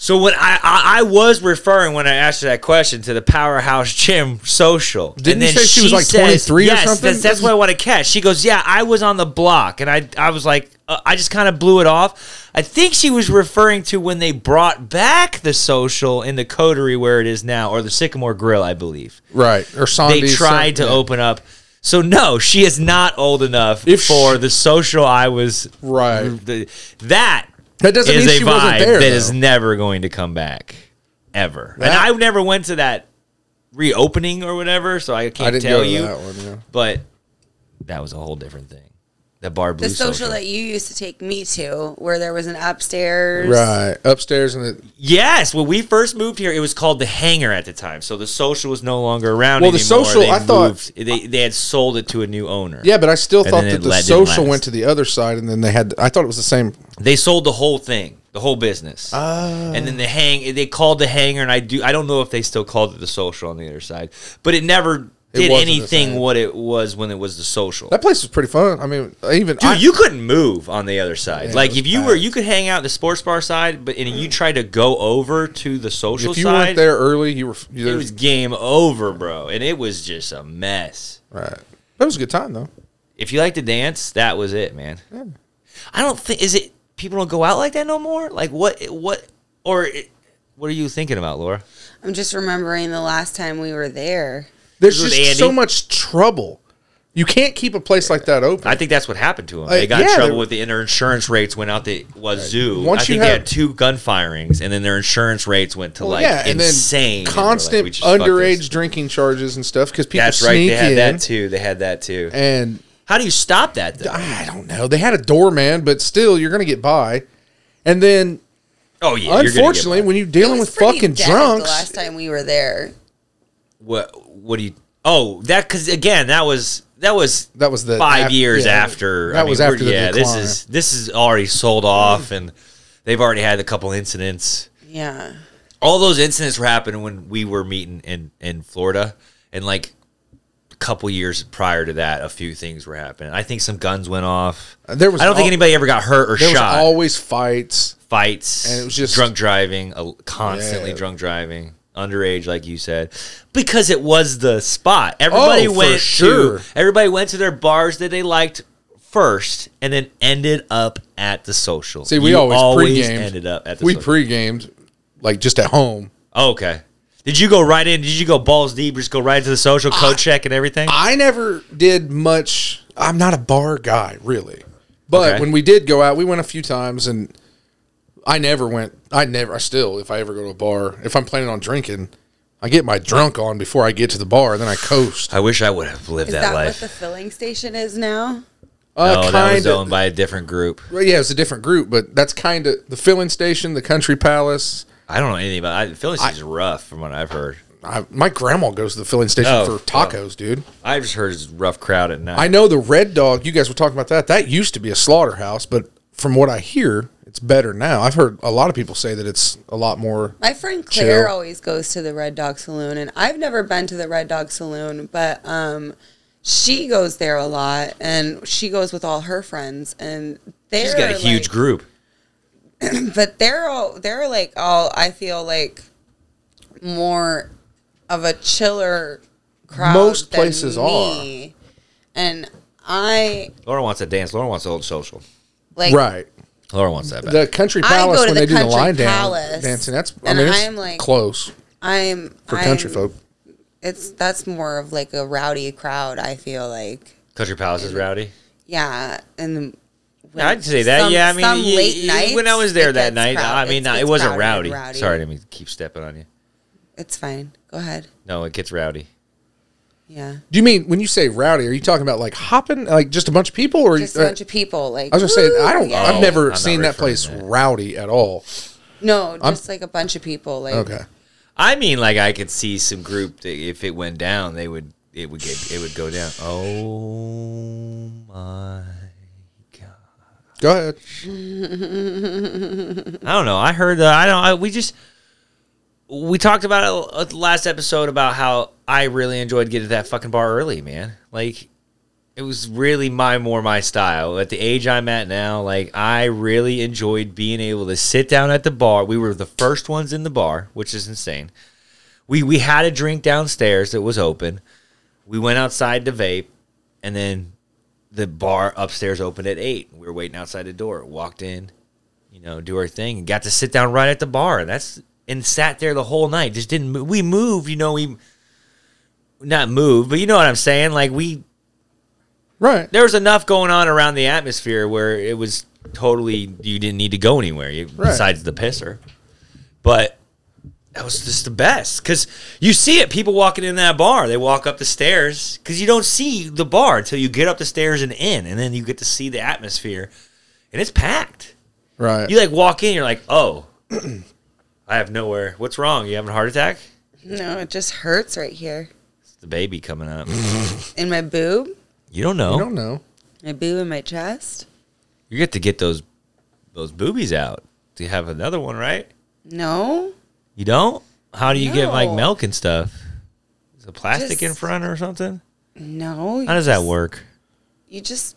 Speaker 2: So when I, I I was referring when I asked you that question to the powerhouse gym social.
Speaker 4: Didn't you say she was, like, 23 or
Speaker 2: yes,
Speaker 4: something?
Speaker 2: That's, that's what I want to catch. She goes, yeah, I was on the block, and I I was like, uh, I just kind of blew it off. I think she was referring to when they brought back the social in the coterie where it is now, or the Sycamore Grill, I believe.
Speaker 4: Right. Or
Speaker 2: They
Speaker 4: Sandy.
Speaker 2: tried to
Speaker 4: uh, yeah.
Speaker 2: open up. So no, she is not old enough
Speaker 4: If
Speaker 2: for
Speaker 4: she-
Speaker 2: the social I was
Speaker 4: Right.
Speaker 2: the- that
Speaker 4: That doesn't
Speaker 2: is
Speaker 4: mean
Speaker 2: a
Speaker 4: she
Speaker 2: vibe
Speaker 4: wasn't there,
Speaker 2: that is
Speaker 4: though.
Speaker 2: never going to come back ever. and
Speaker 4: That-
Speaker 2: I never went to that reopening or whatever, so I can't
Speaker 4: I didn't
Speaker 2: tell
Speaker 4: go to
Speaker 2: you.
Speaker 4: that one. Yeah.
Speaker 2: But that was a whole different thing. The bar blue
Speaker 3: The social, that you used to take me to, where there was an upstairs.
Speaker 4: Right. Upstairs and the
Speaker 2: yes, when we first moved here, it was called the Hangar at the time. So the social was no longer around.
Speaker 4: Well, the
Speaker 2: anymore.
Speaker 4: Social,
Speaker 2: They
Speaker 4: I thought-
Speaker 2: moved- they they had sold it to a new owner.
Speaker 4: Yeah, but I still
Speaker 2: And
Speaker 4: thought
Speaker 2: then
Speaker 4: that
Speaker 2: it
Speaker 4: the
Speaker 2: led- didn't
Speaker 4: social
Speaker 2: last.
Speaker 4: went to the other side and then they had I thought it was the same
Speaker 2: They sold the whole thing, the whole business.
Speaker 4: Ah.
Speaker 2: and then the hang they called the hangar and I do I don't know if they still called it the social on the other side, but it never
Speaker 4: It
Speaker 2: did
Speaker 4: wasn't the
Speaker 2: anything
Speaker 4: same.
Speaker 2: what it was when it was the social.
Speaker 4: That place was pretty fun. I mean, even
Speaker 2: Dude,
Speaker 4: I,
Speaker 2: you couldn't move on the other side.
Speaker 4: Yeah,
Speaker 2: like
Speaker 4: it was
Speaker 2: if you were,
Speaker 4: packed.
Speaker 2: you could hang out the sports bar side, but and you tried to go over to the social
Speaker 4: if you
Speaker 2: side,
Speaker 4: weren't there early, you were you
Speaker 2: it
Speaker 4: there,
Speaker 2: was game over, bro, and it was just a mess.
Speaker 4: right. That was a good time though.
Speaker 2: If you like to dance, that was it, man. I don't think is it people don't go out like that no more. Like what what or it, what are you thinking about, Laura?
Speaker 3: I'm just remembering the last time we were there.
Speaker 4: There's
Speaker 2: With
Speaker 4: just
Speaker 2: Andy?
Speaker 4: so much trouble. You can't keep a place like that open.
Speaker 2: I think that's what happened to him.
Speaker 4: Uh,
Speaker 2: They got in
Speaker 4: yeah,
Speaker 2: trouble
Speaker 4: they-
Speaker 2: with the their insurance rates went out the wazoo.
Speaker 4: Once
Speaker 2: I
Speaker 4: you
Speaker 2: think they
Speaker 4: have-
Speaker 2: had two gun firings, and then their insurance rates went to
Speaker 4: Well,
Speaker 2: like insane. And they were like,
Speaker 4: constant
Speaker 2: "We just fucked this."
Speaker 4: underage drinking charges and stuff because people
Speaker 2: That's right.
Speaker 4: sneak
Speaker 2: They had
Speaker 4: in
Speaker 2: that too. They had that too.
Speaker 4: and
Speaker 2: How do you stop that though?
Speaker 4: I don't know. They had a doorman, but still, you're gonna get by. And then,
Speaker 2: Oh yeah. you're gonna get
Speaker 4: unfortunately,
Speaker 2: by.
Speaker 4: when you're
Speaker 3: It
Speaker 4: dealing
Speaker 3: was
Speaker 4: with
Speaker 3: pretty
Speaker 4: fucking
Speaker 3: dead
Speaker 4: drunks,
Speaker 3: The last time we were there,
Speaker 2: what what do you? Oh, that because again, that was that was
Speaker 4: That was the
Speaker 2: five
Speaker 4: af-
Speaker 2: years
Speaker 4: yeah,
Speaker 2: after.
Speaker 4: that was
Speaker 2: we're-
Speaker 4: after the
Speaker 2: yeah. This
Speaker 4: decline.
Speaker 2: is this is already sold off, and they've already had a couple incidents.
Speaker 3: yeah,
Speaker 2: all those incidents were happening when we were meeting in in Florida, and like a couple years prior to that, a few things were happening. I think some guns went off.
Speaker 4: There was
Speaker 2: I don't think
Speaker 4: al-
Speaker 2: anybody ever got hurt or
Speaker 4: there was
Speaker 2: shot.
Speaker 4: always fights.
Speaker 2: Fights
Speaker 4: and it was just-
Speaker 2: drunk driving, uh, constantly
Speaker 4: Yeah.
Speaker 2: drunk driving. Underage, like you said, because it was the spot. Everybody
Speaker 4: Oh, for
Speaker 2: went
Speaker 4: sure.
Speaker 2: to everybody went to their bars that they liked first, and then ended up at the social.
Speaker 4: See, we
Speaker 2: You
Speaker 4: always, pre-gamed.
Speaker 2: ended up at the
Speaker 4: we
Speaker 2: social.
Speaker 4: pre-gamed, like just at home.
Speaker 2: Oh, okay. Did you go right in? Did you go balls deep? Just go right to the social code check and everything?
Speaker 4: I never did much. I'm not a bar guy, really. But
Speaker 2: Okay.
Speaker 4: when we did go out, we went a few times, and I never went. I never. I still, if I ever go to a bar, if I'm planning on drinking, I get my drunk on before I get to the bar, and then I coast.
Speaker 2: I wish I would have lived
Speaker 3: is
Speaker 2: that,
Speaker 3: that
Speaker 2: life.
Speaker 3: what the filling station is now?
Speaker 4: Uh,
Speaker 2: no, that was
Speaker 4: kinda-
Speaker 2: owned by a different group.
Speaker 4: Well, yeah, it's a different group, but that's kind of the filling station, the Country Palace.
Speaker 2: I don't know anything about. I, Philly is rough from what I've heard.
Speaker 4: I, my grandma goes to the filling station
Speaker 2: Oh,
Speaker 4: for tacos, dude.
Speaker 2: I've just heard it's a rough crowd at night.
Speaker 4: I know the Red Dog. You guys were talking about that. That used to be a slaughterhouse, but from what I hear, it's better now. I've heard a lot of people say that it's a lot more.
Speaker 3: My friend Claire
Speaker 4: Chill.
Speaker 3: always goes to the Red Dog Saloon, and I've never been to the Red Dog Saloon, but um, she goes there a lot, and she goes with all her friends, and they're
Speaker 2: She's got a huge
Speaker 3: like-
Speaker 2: group.
Speaker 3: but they're all they're like all I feel like more of a chiller crowd.
Speaker 4: Most
Speaker 3: than
Speaker 4: places
Speaker 3: me. and I
Speaker 2: Laura wants to dance. Laura wants to hold social.
Speaker 3: like
Speaker 4: right.
Speaker 2: Laura wants that back.
Speaker 4: The country
Speaker 3: I go
Speaker 4: palace
Speaker 3: to
Speaker 4: when
Speaker 3: the
Speaker 4: they do the
Speaker 3: Country
Speaker 4: line down
Speaker 3: Palace,
Speaker 4: dancing. That's I
Speaker 3: and
Speaker 4: mean it's
Speaker 3: I'm like-
Speaker 4: close
Speaker 3: I'm
Speaker 4: for country
Speaker 3: I'm-
Speaker 4: folk.
Speaker 3: It's that's more of like a rowdy crowd. I feel like
Speaker 2: Country Palace is rowdy.
Speaker 3: yeah, and when
Speaker 2: I'd say that.
Speaker 3: some-
Speaker 2: yeah, I mean,
Speaker 3: some
Speaker 2: y- y- when I was
Speaker 3: nights,
Speaker 2: there
Speaker 3: it
Speaker 2: that
Speaker 3: gets
Speaker 2: night,
Speaker 3: crowd-
Speaker 2: I mean, no,
Speaker 3: gets
Speaker 2: it wasn't
Speaker 3: crowded
Speaker 2: rowdy.
Speaker 3: and
Speaker 2: Sorry, I mean, keep stepping on you.
Speaker 3: it's fine. Go ahead.
Speaker 2: No, it gets rowdy.
Speaker 3: Yeah,
Speaker 4: Do you mean when you say rowdy? Are you talking about like hopping, like just a bunch of people, or
Speaker 3: just a
Speaker 4: uh,
Speaker 3: bunch of people. Like
Speaker 4: I was just saying
Speaker 3: "Woo!"
Speaker 4: I don't.
Speaker 3: Yeah.
Speaker 2: Oh,
Speaker 4: I've
Speaker 2: I'm
Speaker 4: never
Speaker 2: not
Speaker 4: seen that
Speaker 2: referring
Speaker 4: place
Speaker 2: to that.
Speaker 4: rowdy at all.
Speaker 3: No, just like a bunch of people. Like
Speaker 4: Okay,
Speaker 2: I mean, like I could see some group that if it went down, they would it would get it would go down. Oh my!
Speaker 4: go ahead.
Speaker 2: I don't know. I heard that. I don't. I, we just we talked about it at the last episode about how I really enjoyed getting to that fucking bar early, man. Like it was really my more my style at the age I'm at now. Like I really enjoyed being able to sit down at the bar. We were the first ones in the bar, which is insane. We we had a drink downstairs that was open. We went outside to vape, and then the bar upstairs opened at eight. We were waiting outside the door. Walked in, you know, do our thing, and got to sit down right at the bar. That's and sat there the whole night. Just didn't move. we moved, you know, we not move, but you know what I'm saying. Like we
Speaker 4: Right.
Speaker 2: there was enough going on around the atmosphere where it was totally you didn't need to go anywhere you,
Speaker 4: Right.
Speaker 2: besides the pisser. But that was just the best because you see it. People walking in that bar, they walk up the stairs because you don't see the bar until you get up the stairs and in, and then you get to see the atmosphere, and it's packed.
Speaker 4: Right.
Speaker 2: You like walk in, you're like, oh, I have nowhere. What's wrong? You having a heart attack?
Speaker 3: no, it just hurts right here
Speaker 2: It's the baby coming up.
Speaker 3: in my boob,
Speaker 2: you don't know.
Speaker 4: I
Speaker 2: You,
Speaker 4: don't know.
Speaker 3: my boob in my chest.
Speaker 2: get to get those those boobies out. Do you have another one, right?
Speaker 3: No,
Speaker 2: You don't? How do you get like
Speaker 3: No.
Speaker 2: milk and stuff? Is it plastic in
Speaker 3: Just-
Speaker 2: front or something?
Speaker 3: no.
Speaker 2: How does that work?
Speaker 3: You just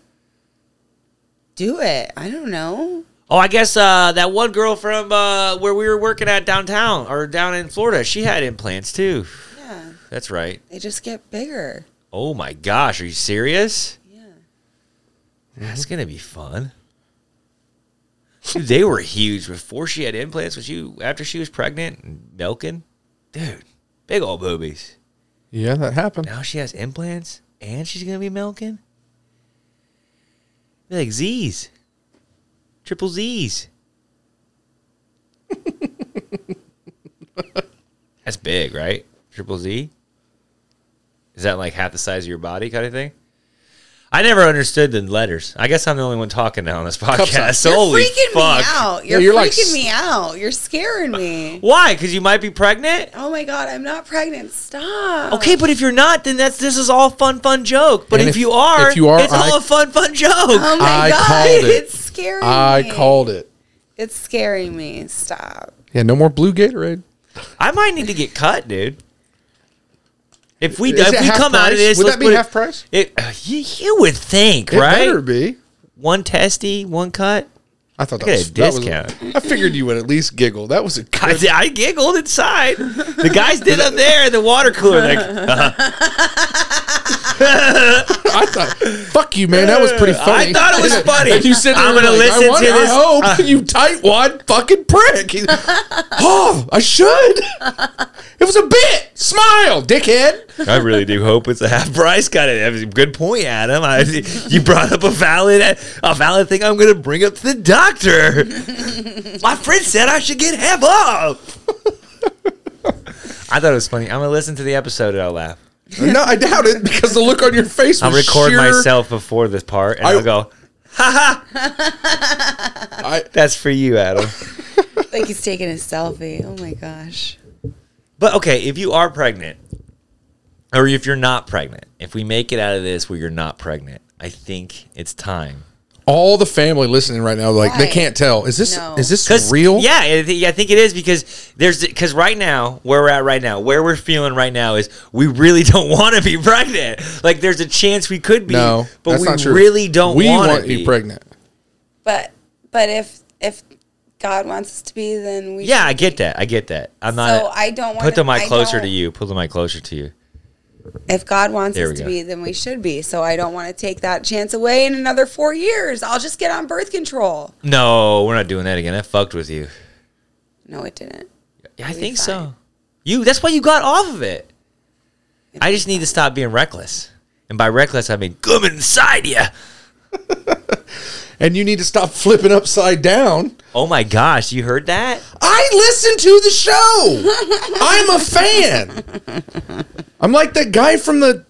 Speaker 3: do it. I don't know.
Speaker 2: Oh, I guess uh, that one girl from uh, where we were working at downtown or down in Florida, she had implants too.
Speaker 3: Yeah,
Speaker 2: That's right.
Speaker 3: they just get bigger.
Speaker 2: Oh my gosh, are you serious?
Speaker 3: Yeah.
Speaker 2: That's gonna be fun. Dude, they were huge before she had implants. Was you after she was pregnant and milking, dude? Big old boobies.
Speaker 4: Yeah, that happened.
Speaker 2: Now she has implants and she's gonna be milking. Be like Z's, triple Z's. That's big, right? Triple Z. Is that like half the size of your body, kind of thing? I never understood the letters. I guess I'm the only one talking now on this podcast.
Speaker 3: You're
Speaker 2: Holy
Speaker 3: freaking
Speaker 2: fuck!
Speaker 3: me out. You're,
Speaker 4: you're
Speaker 3: freaking
Speaker 4: like s-
Speaker 3: me out. You're scaring me.
Speaker 2: Why? Because you might be pregnant.
Speaker 3: Oh my god, I'm not pregnant. Stop.
Speaker 2: Okay, but if you're not, then that's this is all fun, fun joke. But
Speaker 4: And
Speaker 2: if,
Speaker 4: if-
Speaker 2: you are,
Speaker 4: if you are,
Speaker 2: it's
Speaker 4: I-
Speaker 2: all a fun, fun joke.
Speaker 3: Oh my
Speaker 4: I
Speaker 3: god,
Speaker 4: called it.
Speaker 3: it's scaring
Speaker 4: I
Speaker 3: me.
Speaker 4: called it.
Speaker 3: It's scaring me. Stop.
Speaker 4: Yeah, no more blue Gatorade.
Speaker 2: I might need to get cut, dude. If we
Speaker 4: Is it
Speaker 2: if we
Speaker 4: half
Speaker 2: come out of
Speaker 4: price?
Speaker 2: this,
Speaker 4: Would
Speaker 2: let's
Speaker 4: that be
Speaker 2: put it-
Speaker 4: half price?
Speaker 2: It, uh, you, you would think,
Speaker 4: It
Speaker 2: right?
Speaker 4: better be.
Speaker 2: One testy, one cut.
Speaker 4: I thought that
Speaker 2: Get a
Speaker 4: was that was-
Speaker 2: discount.
Speaker 4: I figured you would at least giggle. That was a
Speaker 2: I,
Speaker 4: good.
Speaker 2: did- I giggled inside. The guys did up there at the water cooler. Like,
Speaker 4: I thought, fuck you, man. That was pretty funny.
Speaker 2: I thought it was funny.
Speaker 4: And you sit there
Speaker 2: I'm gonna
Speaker 4: like,
Speaker 2: listen
Speaker 4: I want-
Speaker 2: to
Speaker 4: I
Speaker 2: this. Uh.
Speaker 4: hope you tight one fucking prick. He- oh, I should. It was a bit. Smile, dickhead.
Speaker 2: I really do hope it's a half price cut. I mean, Good point, Adam. I, you brought up a valid a valid thing. I'm going to bring up to the doctor. My friend said I should get half off. I thought it was funny. I'm going to listen to the episode and I'll laugh.
Speaker 4: No, I doubt it because the look on your face. Was
Speaker 2: I'll record
Speaker 4: sheer-
Speaker 2: myself before this part and I,
Speaker 4: I-
Speaker 2: will go.
Speaker 4: I,
Speaker 2: That's for you, Adam.
Speaker 3: Like he's taking a selfie. Oh my gosh.
Speaker 2: But okay, if you are pregnant, or if you're not pregnant, if we make it out of this where you're not pregnant, I think it's time
Speaker 4: all the family listening right now, like they
Speaker 3: Right.
Speaker 4: can't tell. Is this
Speaker 3: No.
Speaker 4: is this real?
Speaker 2: Yeah, I thi- I think it is because there's because right now where we're at right now, where we're feeling right now is we really don't want to be pregnant. Like there's a chance we could be,
Speaker 4: No,
Speaker 2: but
Speaker 4: that's
Speaker 2: we
Speaker 4: not true.
Speaker 2: really don't
Speaker 4: We
Speaker 2: wanna
Speaker 4: want you pregnant.
Speaker 3: But but if if God wants us to be, then we.
Speaker 2: Yeah, I get that. I get that. I'm not.
Speaker 3: So I don't wanna-
Speaker 2: put the mic
Speaker 3: I
Speaker 2: closer to
Speaker 3: don't-
Speaker 2: you. Put the mic closer to you.
Speaker 3: If God wants
Speaker 2: There
Speaker 3: us
Speaker 2: we
Speaker 3: to
Speaker 2: go.
Speaker 3: be, then we should be. So I don't want to take that chance away in another four years. I'll just get on birth control.
Speaker 2: No, we're not doing that again. That fucked with you.
Speaker 3: No, it didn't.
Speaker 2: Yeah, I
Speaker 3: It'll be
Speaker 2: think
Speaker 3: fine.
Speaker 2: so. You. That's why you got off of it. I just need to stop being reckless. And by reckless, I mean come inside you.
Speaker 4: And you need to stop flipping upside down.
Speaker 2: Oh my gosh, you heard that?
Speaker 4: I listen to the show. I'm a fan. I'm like that guy from the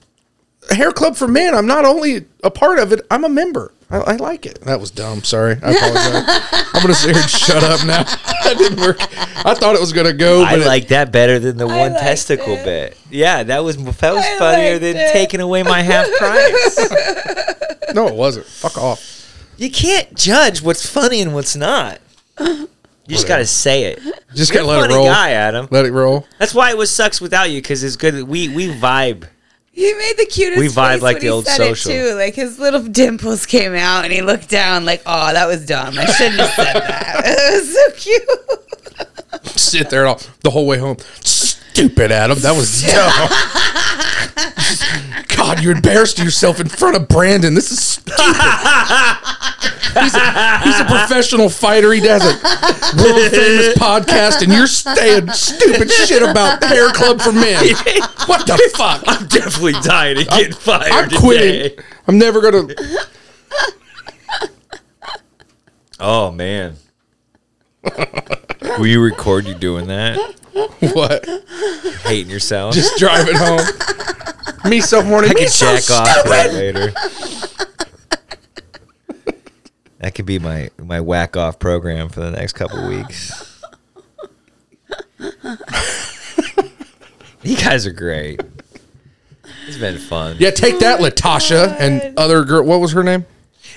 Speaker 4: Hair Club for Men. I'm not only a part of it, I'm a member. I, I like it. That was dumb. Sorry. I apologize. I'm going to sit here and shut up now. that didn't work. I thought it was going to go,
Speaker 2: I
Speaker 4: but it-
Speaker 2: like that better than the one
Speaker 3: liked
Speaker 2: testicle
Speaker 3: it.
Speaker 2: bit. Yeah, that was that was
Speaker 3: I
Speaker 2: funnier
Speaker 3: liked
Speaker 2: than
Speaker 3: it.
Speaker 2: taking away my half price.
Speaker 4: no, it wasn't. Fuck off.
Speaker 2: you can't judge what's funny and what's not. You just got to say it.
Speaker 4: Just
Speaker 2: You're
Speaker 4: got to
Speaker 2: a
Speaker 4: let it
Speaker 2: funny
Speaker 4: roll.
Speaker 2: guy, Adam.
Speaker 4: Let it roll.
Speaker 2: That's why it was sucks without you because it's good. We we vibe.
Speaker 3: He made the cutest.
Speaker 2: We vibe
Speaker 3: face
Speaker 2: like
Speaker 3: when
Speaker 2: the
Speaker 3: he
Speaker 2: old
Speaker 3: said
Speaker 2: social.
Speaker 3: It too. Like his little dimples came out, and he looked down like, "Oh, that was dumb. I shouldn't have said that." It was so cute.
Speaker 4: Sit there all, the whole way home. Stupid Adam. That was dumb. God, you embarrassed yourself in front of Brandon. This is stupid. He's a, he's a professional fighter. He does a world famous podcast, and you're saying stupid shit about the hair club for men. What the fuck?
Speaker 2: I'm definitely dying to get fired.
Speaker 4: I'm quitting. I'm never gonna.
Speaker 2: Oh man. Will you record you doing that?
Speaker 4: What?
Speaker 2: Hating yourself?
Speaker 4: Just drive it home. Me so morning.
Speaker 2: I
Speaker 4: Me
Speaker 2: could
Speaker 4: so
Speaker 2: jack off to that
Speaker 4: stupid.
Speaker 2: later. that could be my my whack off program for the next couple weeks. you guys are great. It's been fun.
Speaker 4: Yeah, take that, Latasha, and other girl. What was her name?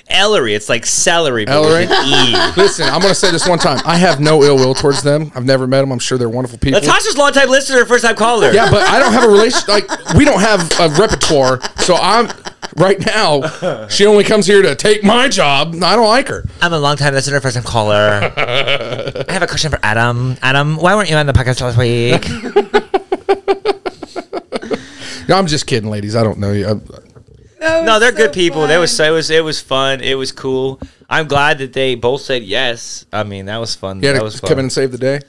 Speaker 2: Ellery, it's like celery, but with an E.
Speaker 4: Listen, I'm gonna say this one time. I have no ill will towards them. I've never met them. I'm sure they're wonderful people.
Speaker 2: Latasha's long time listener, first time caller.
Speaker 4: Yeah, but I don't have a relation. Like we don't have a repertoire. So I'm right now. She only comes here to take my job. I don't like her.
Speaker 2: I'm a long time listener, first time caller. I have a question for Adam. Adam, why weren't you on the podcast last week?
Speaker 4: No, I'm just kidding, ladies. I don't know you. I-
Speaker 2: no, they're good people. That was it was it was fun. It was cool. I'm glad that they both said yes. I mean, that was fun.
Speaker 4: You
Speaker 2: that
Speaker 4: had
Speaker 2: was
Speaker 4: to come in
Speaker 2: fun.
Speaker 4: and save the day.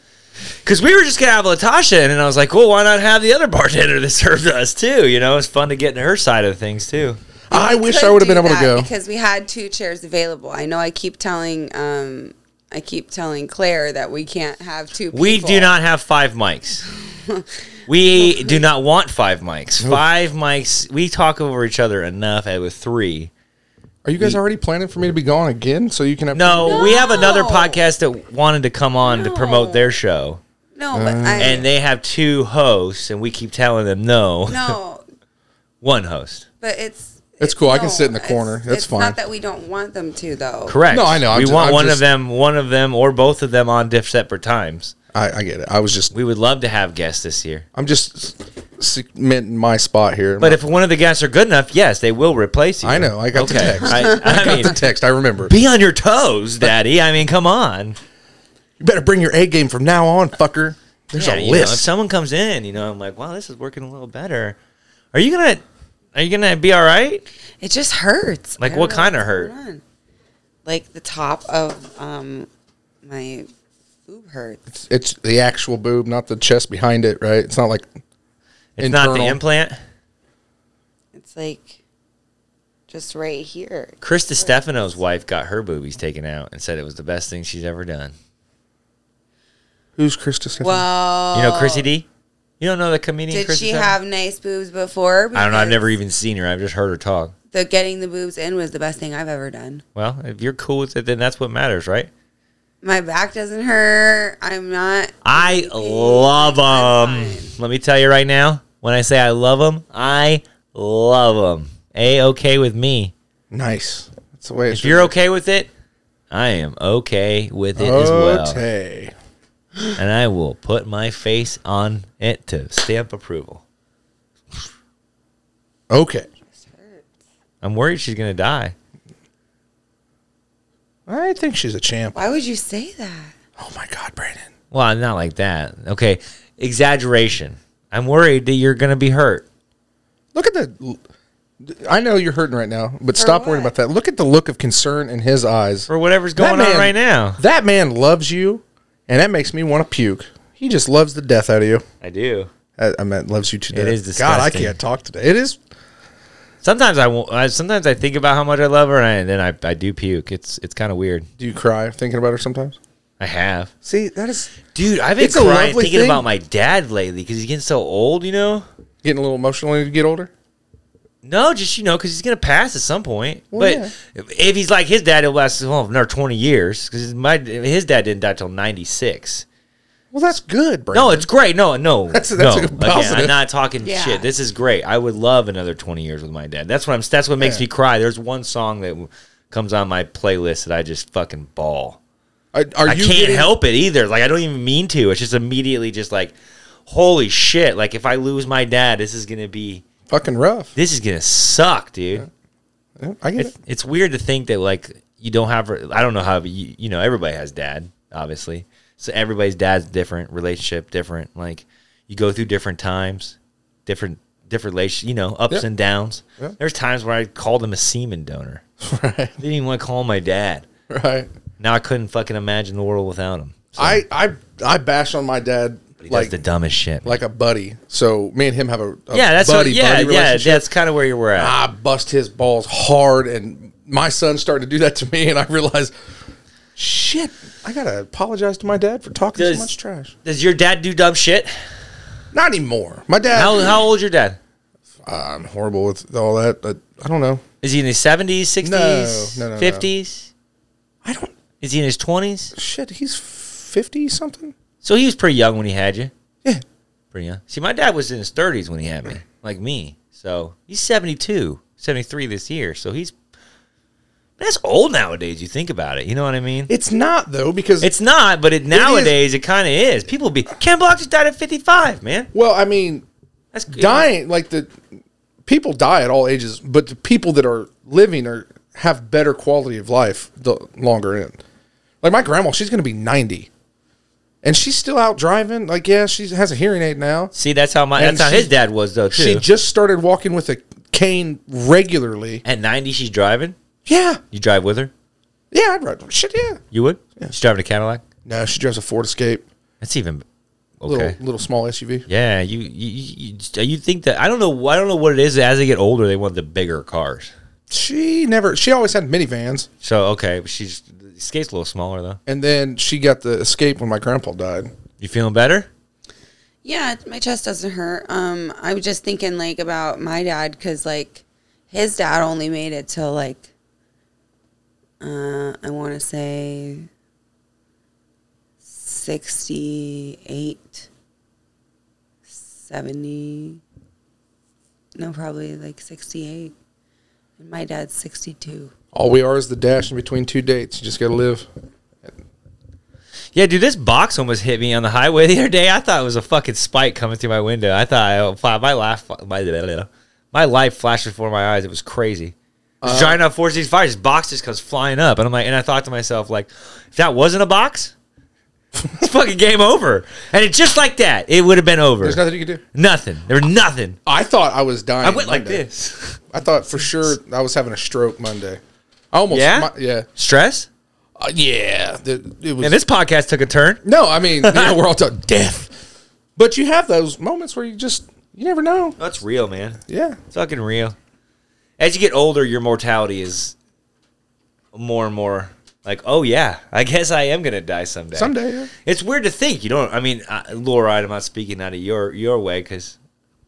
Speaker 2: Because we were just gonna have Latasha, in, and I was like, well, why not have the other bartender that served us too? You know, it's fun to get into her side of things too.
Speaker 4: I wish I
Speaker 3: couldn't
Speaker 4: would have
Speaker 3: do
Speaker 4: been able to
Speaker 3: that
Speaker 4: go.
Speaker 3: because we had two chairs available. I know I keep telling um I keep telling Claire that we can't have two. People.
Speaker 2: We do not have five mics. we do not want five mics. Five mics. We talk over each other enough at with three.
Speaker 4: Are you guys already planning for me to be gone again so you can have?
Speaker 2: No, we have another
Speaker 3: No.
Speaker 2: podcast that wanted to come on to promote their show,
Speaker 3: No, but I,
Speaker 2: Uh. and they have two hosts, and we keep telling them no.
Speaker 3: no,
Speaker 2: One host.
Speaker 3: but it's.
Speaker 4: It's cool. I can
Speaker 3: no,
Speaker 4: sit in the corner.
Speaker 3: It's,
Speaker 4: That's
Speaker 3: it's
Speaker 4: fine.
Speaker 3: Not that we don't want them to, though.
Speaker 2: Correct.
Speaker 4: No, I know. I'm
Speaker 2: we
Speaker 4: ju-
Speaker 2: want
Speaker 4: I'm
Speaker 2: one
Speaker 4: just-
Speaker 2: of them, one of them, or both of them on diff separate times.
Speaker 4: I, I get it. I was just.
Speaker 2: We would love to have guests this year.
Speaker 4: I'm just cementing my spot here.
Speaker 2: But if one of the guests are good enough, yes, they will replace you.
Speaker 4: I know, I got the text.
Speaker 2: I, I
Speaker 4: I got
Speaker 2: mean,
Speaker 4: the text, I remember.
Speaker 2: be on your toes, Daddy. I mean, come on.
Speaker 4: You better bring your A game from now on, fucker. There's
Speaker 2: Yeah,
Speaker 4: a
Speaker 2: you know, if
Speaker 4: list.
Speaker 2: someone comes in, you know, I'm like, wow, this is working a little better. Are you gonna? Are you gonna be all right?
Speaker 3: It just hurts.
Speaker 2: Like,
Speaker 3: I don't
Speaker 2: what
Speaker 3: know
Speaker 2: kinda
Speaker 3: what's
Speaker 2: hurt?
Speaker 3: going on. Like the top of um my boob hurts.
Speaker 4: it's the actual boob, not the chest behind it, right? It's not like
Speaker 2: It's not the
Speaker 4: Internal.
Speaker 2: implant.
Speaker 3: It's like just right here.
Speaker 2: Chris Stefano's wife got her boobies taken out and said it was the best thing she's ever done.
Speaker 4: who's Krista. Well,
Speaker 3: Well,
Speaker 2: You know Chrissy D? You don't know the comedian
Speaker 3: Oh. Did
Speaker 2: Chris
Speaker 3: she have nice boobs before?
Speaker 2: I don't know. I've
Speaker 3: Because
Speaker 2: never even seen her. I've just heard her talk.
Speaker 3: The getting the boobs in was the best thing I've ever done.
Speaker 2: Well, if you're cool with it, then that's what matters, right?
Speaker 3: My back doesn't hurt. I'm not.
Speaker 2: I love them. Let me tell you right now, when I say I love them, I love them. A okay with me.
Speaker 4: nice. That's the way it's
Speaker 2: If you're okay with it, I am okay with it as well.
Speaker 4: Okay.
Speaker 2: And I will put my face on it to stamp approval.
Speaker 4: Okay.
Speaker 2: I'm worried she's going to die.
Speaker 4: I think she's a champ.
Speaker 3: Why would you say that?
Speaker 4: Oh my God, Brandon.
Speaker 2: Well, not like that. Okay, exaggeration. I'm worried that you're gonna be hurt.
Speaker 4: Look at the. I know you're hurting right now, but stop worrying
Speaker 3: what?
Speaker 4: about that. Look at the look of concern in his eyes.
Speaker 2: Or whatever's going on right now.
Speaker 4: That man loves you, and that makes me want to puke. He just loves the death out of you.
Speaker 2: I do.
Speaker 4: I, I meant loves you to death.
Speaker 2: is
Speaker 4: God, I
Speaker 2: disgusting.
Speaker 4: can't talk today. It is.
Speaker 2: Sometimes I, won't- I sometimes I think about how much I love her, and, I, then I, I do puke. It's it's kind of weird.
Speaker 4: Do you cry thinking about her sometimes?
Speaker 2: I have,
Speaker 4: See, that is
Speaker 2: dude. I've been
Speaker 4: It's a
Speaker 2: crying
Speaker 4: lovely
Speaker 2: thinking
Speaker 4: thing.
Speaker 2: about my dad lately because he's getting so old. You know?
Speaker 4: getting a little emotional as you get older.
Speaker 2: No, just you know, because he's gonna pass at some point.
Speaker 4: Well,
Speaker 2: but if he's like his dad, he'll last well, another twenty years because my his dad didn't die till ninety six.
Speaker 4: Well, that's good, Brandon.
Speaker 2: No, it's great. No, no,
Speaker 4: That's- that's
Speaker 2: no.
Speaker 4: a
Speaker 2: Again,
Speaker 4: positive.
Speaker 2: I'm not talking
Speaker 3: Yeah.
Speaker 2: shit. This is great. I would love another twenty years with my dad. That's what I'm. That's what makes
Speaker 4: Yeah.
Speaker 2: me cry. There's one song that w- comes on my playlist that I just fucking ball.
Speaker 4: Are, are
Speaker 2: I
Speaker 4: you
Speaker 2: can't
Speaker 4: getting-
Speaker 2: help it either. Like I don't even mean to. It's just immediately just like, holy shit! Like if I lose my dad, this is gonna be
Speaker 4: Fucking rough.
Speaker 2: this is gonna suck, dude.
Speaker 4: Yeah, I get
Speaker 2: It's,
Speaker 4: it.
Speaker 2: it's weird to think that like you don't have. I don't know how you, you know everybody has dad, obviously. So everybody's dad's different, relationship different. Like you go through different times, different different relation, you know, ups
Speaker 4: Yeah.
Speaker 2: and downs.
Speaker 4: Yeah.
Speaker 2: There's times where I called him a semen donor.
Speaker 4: Right.
Speaker 2: Didn't even want to call him my dad.
Speaker 4: Right.
Speaker 2: Now I couldn't fucking imagine the world without him. So
Speaker 4: I I I bash on my dad
Speaker 2: he
Speaker 4: like
Speaker 2: does the dumbest shit.
Speaker 4: like a buddy. So me and him have a, a
Speaker 2: yeah, that's
Speaker 4: buddy
Speaker 2: what, yeah,
Speaker 4: buddy
Speaker 2: yeah.
Speaker 4: relationship. Ah,
Speaker 2: That's kind of where you were at.
Speaker 4: I bust his balls hard, and my son started to do that to me, and I realized, shit, I gotta apologize to my dad for talking
Speaker 2: Does-
Speaker 4: so much trash.
Speaker 2: Does your dad do dumb shit?
Speaker 4: Not anymore. My dad,
Speaker 2: How how old's your dad?
Speaker 4: I'm horrible with all that. But I don't know.
Speaker 2: Is he in his seventies, sixties,
Speaker 4: No, no, no, no.
Speaker 2: fifties?
Speaker 4: I don't.
Speaker 2: Is he in his twenties?
Speaker 4: Shit, he's fifty something.
Speaker 2: So he was pretty young when he had you.
Speaker 4: Yeah.
Speaker 2: Pretty young. See, my dad was in his thirties when he had me, like me. So he's 72, 73 this year. So he's that's old nowadays. You think about it. You know what I mean?
Speaker 4: It's not though because
Speaker 2: It's not, but it nowadays it, kind of is. People be Ken Block just died at fifty five, man.
Speaker 4: well, I mean,
Speaker 2: That's
Speaker 4: dying like the people die at all ages, but the people that are living are have better quality of life the longer in. Like my grandma, she's going to be ninety, and she's still out driving. Like yeah, she has a hearing aid now.
Speaker 2: See, that's how my
Speaker 4: And
Speaker 2: that's how
Speaker 4: she-
Speaker 2: his dad was though too.
Speaker 4: She just started walking with a cane regularly.
Speaker 2: at ninety, she's driving.
Speaker 4: Yeah,
Speaker 2: You drive with her.
Speaker 4: yeah, I'd ride. Shit, yeah.
Speaker 2: You would? She's driving a Cadillac.
Speaker 4: No, she drives a Ford Escape,
Speaker 2: That's even okay.
Speaker 4: little little small SUV.
Speaker 2: Yeah, you you, you you you think that I don't know I don't know what it is. As they get older, they want the bigger cars.
Speaker 4: She never. She always had minivans,
Speaker 2: So okay, but she's the skate's a little smaller though.
Speaker 4: and then she got the Escape when my grandpa died.
Speaker 2: You feeling better?
Speaker 3: Yeah, it- my chest doesn't hurt. Um, I was just thinking like about my dad because like his dad only made it till like uh, I want to say sixty-eight, seventy. No, probably like sixty-eight. And my dad's sixty-two.
Speaker 4: All we are is the dash in between two dates. You just got to live.
Speaker 2: Yeah, dude, this box almost hit me on the highway the other day. I thought it was a fucking spike coming through my window. I thought I, my life my my life flashed before my eyes. It was crazy. This giant up four six five, just box just comes flying up, and I'm like, and I thought to myself, like, if that wasn't a box, it's fucking game over. And it's just like that, it would have been over.
Speaker 4: There's nothing you can do.
Speaker 2: Nothing. There was nothing.
Speaker 4: I thought I was dying.
Speaker 2: I went like
Speaker 4: Monday.
Speaker 2: this.
Speaker 4: I thought for sure I was having a stroke Monday. I almost.
Speaker 2: Yeah?
Speaker 4: my- yeah.
Speaker 2: Stress?
Speaker 4: Uh, yeah. the- it was.
Speaker 2: And this podcast took a turn.
Speaker 4: no, I mean, you know, we're all talking death. But you have those moments where you just, you never know.
Speaker 2: That's real, man.
Speaker 4: Yeah.
Speaker 2: It's fucking real. As you get older, your mortality is more and more like, oh yeah, I guess I am gonna die someday.
Speaker 4: Someday, yeah.
Speaker 2: It's weird to think. You don't. I mean, uh, Laura, I'm not speaking out of your your way because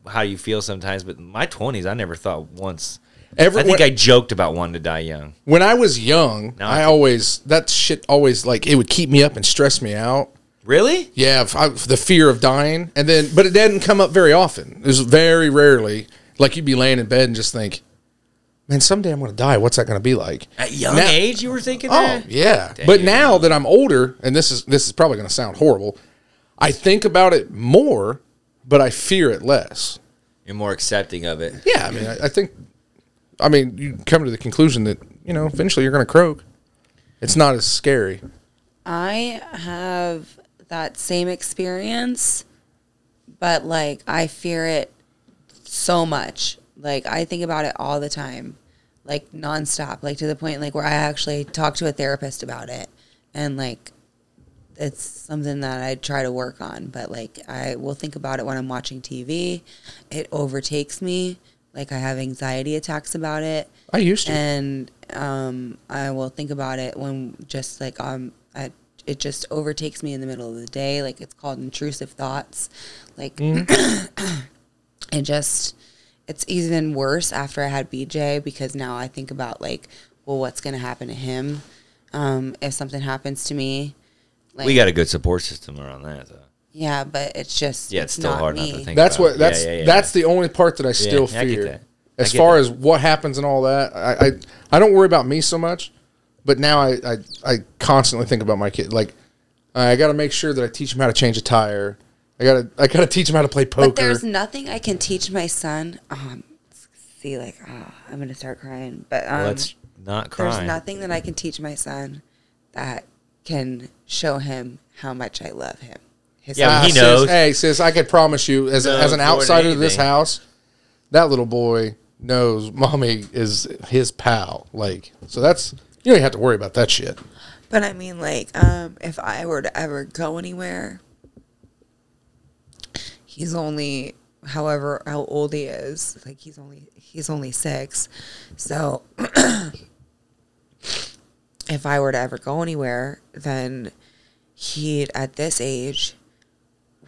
Speaker 2: how you feel sometimes. But in my 20s, I never thought once.
Speaker 4: Every,
Speaker 2: I think
Speaker 4: when,
Speaker 2: I joked about wanting to die young.
Speaker 4: when I was young,
Speaker 2: No, I
Speaker 4: I
Speaker 2: think-
Speaker 4: always, that shit always, like, it would keep me up and stress me out.
Speaker 2: Really?
Speaker 4: Yeah, f- I, the fear of dying, and then but it didn't come up very often. It was very rarely. Like you'd be laying in bed and just think, "Man, someday I'm going to die. What's that going to be like?"
Speaker 2: At young
Speaker 4: Now-
Speaker 2: age, you were thinking
Speaker 4: Oh
Speaker 2: that?
Speaker 4: yeah. But now that I'm older, and this is this is probably going to sound horrible, I think about it more, but I fear it less.
Speaker 2: You're more accepting of it.
Speaker 4: Yeah, I mean, I, I think, I mean, you come to the conclusion that you know eventually you're going to croak. It's not as scary.
Speaker 3: I have that same experience, but like I fear it so much. Like I think about it all the time, like nonstop, like to the point like where I actually talk to a therapist about it, and like it's something that I try to work on. But like I will think about it when I'm watching TV. It overtakes me. Like I have anxiety attacks about it
Speaker 4: I used to.
Speaker 3: and um, I will think about it when just like um, I, it just overtakes me in the middle of the day. Like it's called intrusive thoughts. Like
Speaker 2: Mm-hmm.
Speaker 3: it just it's even worse after I had BJ because now I think about like, well, what's gonna happen to him um, if something happens to me? Like,
Speaker 2: We got a good support system around that, though.
Speaker 3: yeah, but it's just
Speaker 2: Yeah, it's still
Speaker 3: not
Speaker 2: hard
Speaker 3: me.
Speaker 2: not to think.
Speaker 4: that's
Speaker 2: about
Speaker 4: what
Speaker 2: it.
Speaker 4: that's
Speaker 2: Yeah, yeah, yeah.
Speaker 4: that's the only part that I still
Speaker 2: Yeah, I get
Speaker 4: fear.
Speaker 2: that. I
Speaker 4: As
Speaker 2: get
Speaker 4: far
Speaker 2: that.
Speaker 4: as what happens and all that, I, I I don't worry about me so much, but now I I, I constantly think about my kid. Like I got to make sure that I teach him how to change a tire. I gotta I gotta teach him how to play poker.
Speaker 3: But there's nothing I can teach my son. Um, see, like, ah, I'm gonna start crying. But um,
Speaker 2: Let's not
Speaker 3: There's
Speaker 2: cry.
Speaker 3: nothing that I can teach my son that can show him how much I love him. His
Speaker 2: Yeah,
Speaker 4: Ah,
Speaker 2: he
Speaker 4: sis,
Speaker 2: knows.
Speaker 4: hey, sis, I could promise you, as,
Speaker 2: Knows
Speaker 4: as an
Speaker 2: more than
Speaker 4: outsider to this
Speaker 2: anything.
Speaker 4: house, that little boy knows mommy is his pal. Like, so that's you don't have to worry about that shit.
Speaker 5: But I mean, like, um, if I were to ever go anywhere, he's only however how old he is. Like he's only he's only six, so if I were to ever go anywhere, then he at this age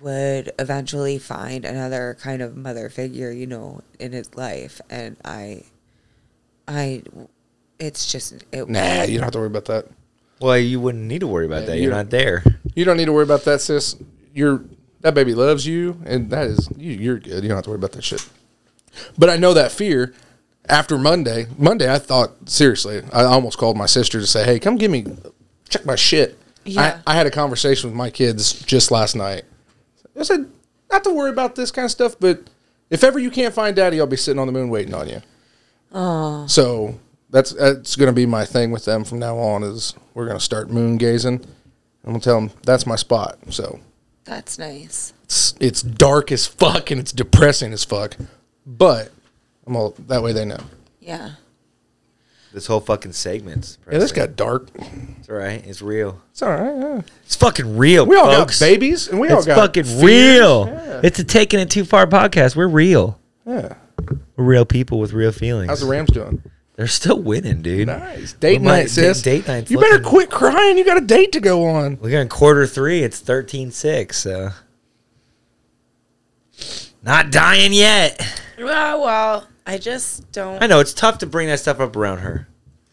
Speaker 5: would eventually find another kind of mother figure, you know, in his life, and I, I, it's just it.
Speaker 4: Nah, you don't have to worry about that.
Speaker 2: Well, you wouldn't need to worry about that. You're
Speaker 4: you-
Speaker 2: not there.
Speaker 4: You don't need to worry about that, sis. You're that baby loves you, and that is you. You're good. You don't have to worry about that shit. But I know that fear. After Monday, Monday, I thought seriously. I almost called my sister to say, "Hey, come give me, check my shit."
Speaker 5: Yeah.
Speaker 4: I, I had a conversation with my kids just last night. I said, "Not to worry about this kind of stuff, but if ever you can't find Daddy, I'll be sitting on the moon waiting on you." Oh. So that's that's going to be my thing with them from now on. Is we're going to start moon gazing. I'm gonna tell them that's my spot. So
Speaker 5: That's nice.
Speaker 4: it's, it's dark as fuck and it's depressing as fuck, but I'm all that way they know.
Speaker 5: Yeah.
Speaker 2: This whole fucking segment's.
Speaker 4: Yeah, this
Speaker 2: depressing.
Speaker 4: got dark.
Speaker 2: It's all right. It's real.
Speaker 4: It's all right. Yeah.
Speaker 2: It's fucking real.
Speaker 4: We all
Speaker 2: folks.
Speaker 4: got babies and we all
Speaker 2: It's
Speaker 4: got
Speaker 2: fucking
Speaker 4: fears.
Speaker 2: real.
Speaker 4: Yeah.
Speaker 2: It's a taking it too far podcast. We're real.
Speaker 4: Yeah.
Speaker 2: We're real people with real feelings.
Speaker 4: How's the Rams doing?
Speaker 2: They're still winning, dude.
Speaker 4: Nice date
Speaker 2: We might-
Speaker 4: night, sis.
Speaker 2: Date night.
Speaker 4: You better quit crying. You got a date to go on.
Speaker 2: We're in quarter three. It's 13-6, so not dying yet.
Speaker 3: Well, well, I just don't.
Speaker 2: I know it's tough to bring that stuff up around her,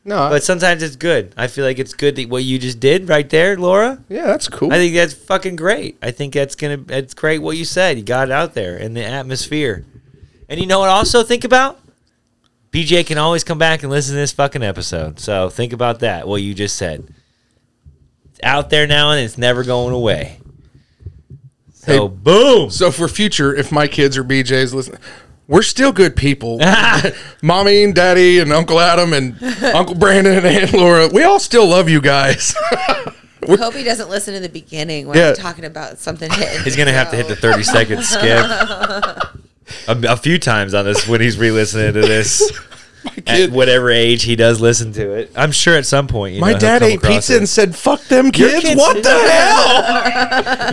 Speaker 4: No, I-
Speaker 2: but sometimes it's good. I feel like it's good that what you just did right there, Laura.
Speaker 4: yeah, that's cool.
Speaker 2: I think that's fucking great. I think that's gonna it's great what you said. You got it out there in the atmosphere. And you know what I also think about? BJ can always come back and listen to this fucking episode. So think about that, what you just said. It's out there now and it's never going away. So
Speaker 4: Hey.
Speaker 2: boom.
Speaker 4: so for future, if my kids or BJ's listening, we're still good people. Mommy and Daddy and Uncle Adam and Uncle Brandon and Aunt Laura, we all still love you guys.
Speaker 5: Hope he doesn't listen to the beginning when
Speaker 4: Yeah.
Speaker 5: I'm talking about something hitting.
Speaker 2: He's gonna have to hit the thirty second skip a, a few times on this when he's re-listening to this. At
Speaker 4: kid-
Speaker 2: whatever age he does listen to it, I'm sure at some point. You
Speaker 4: My
Speaker 2: know, he'll
Speaker 4: dad
Speaker 2: come
Speaker 4: ate
Speaker 2: across
Speaker 4: pizza
Speaker 2: it.
Speaker 4: and said, "Fuck them
Speaker 2: Your
Speaker 4: kids!
Speaker 2: kids
Speaker 4: What
Speaker 2: do
Speaker 4: the hell?"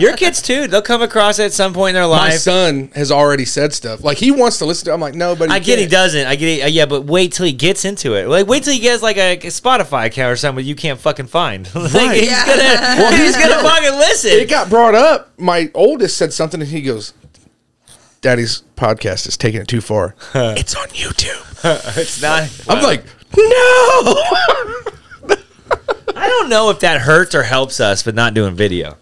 Speaker 2: Your kids too. They'll come across it at some point in their
Speaker 4: My
Speaker 2: life.
Speaker 4: son has already said stuff like he wants to listen to. I'm like, no, but
Speaker 2: I get he
Speaker 4: can't."
Speaker 2: doesn't. I get it. Yeah, but wait till he gets into it. Like wait till he gets like a, a Spotify account or something you can't fucking find. like,
Speaker 4: Right.
Speaker 2: He's gonna. he's gonna fucking listen.
Speaker 4: It got brought up. My oldest said something, and he goes, "Daddy's podcast is taking it too far. it's on YouTube."
Speaker 2: it's not.
Speaker 4: I'm like, no.
Speaker 2: I don't know if that hurts or helps us, but not doing video.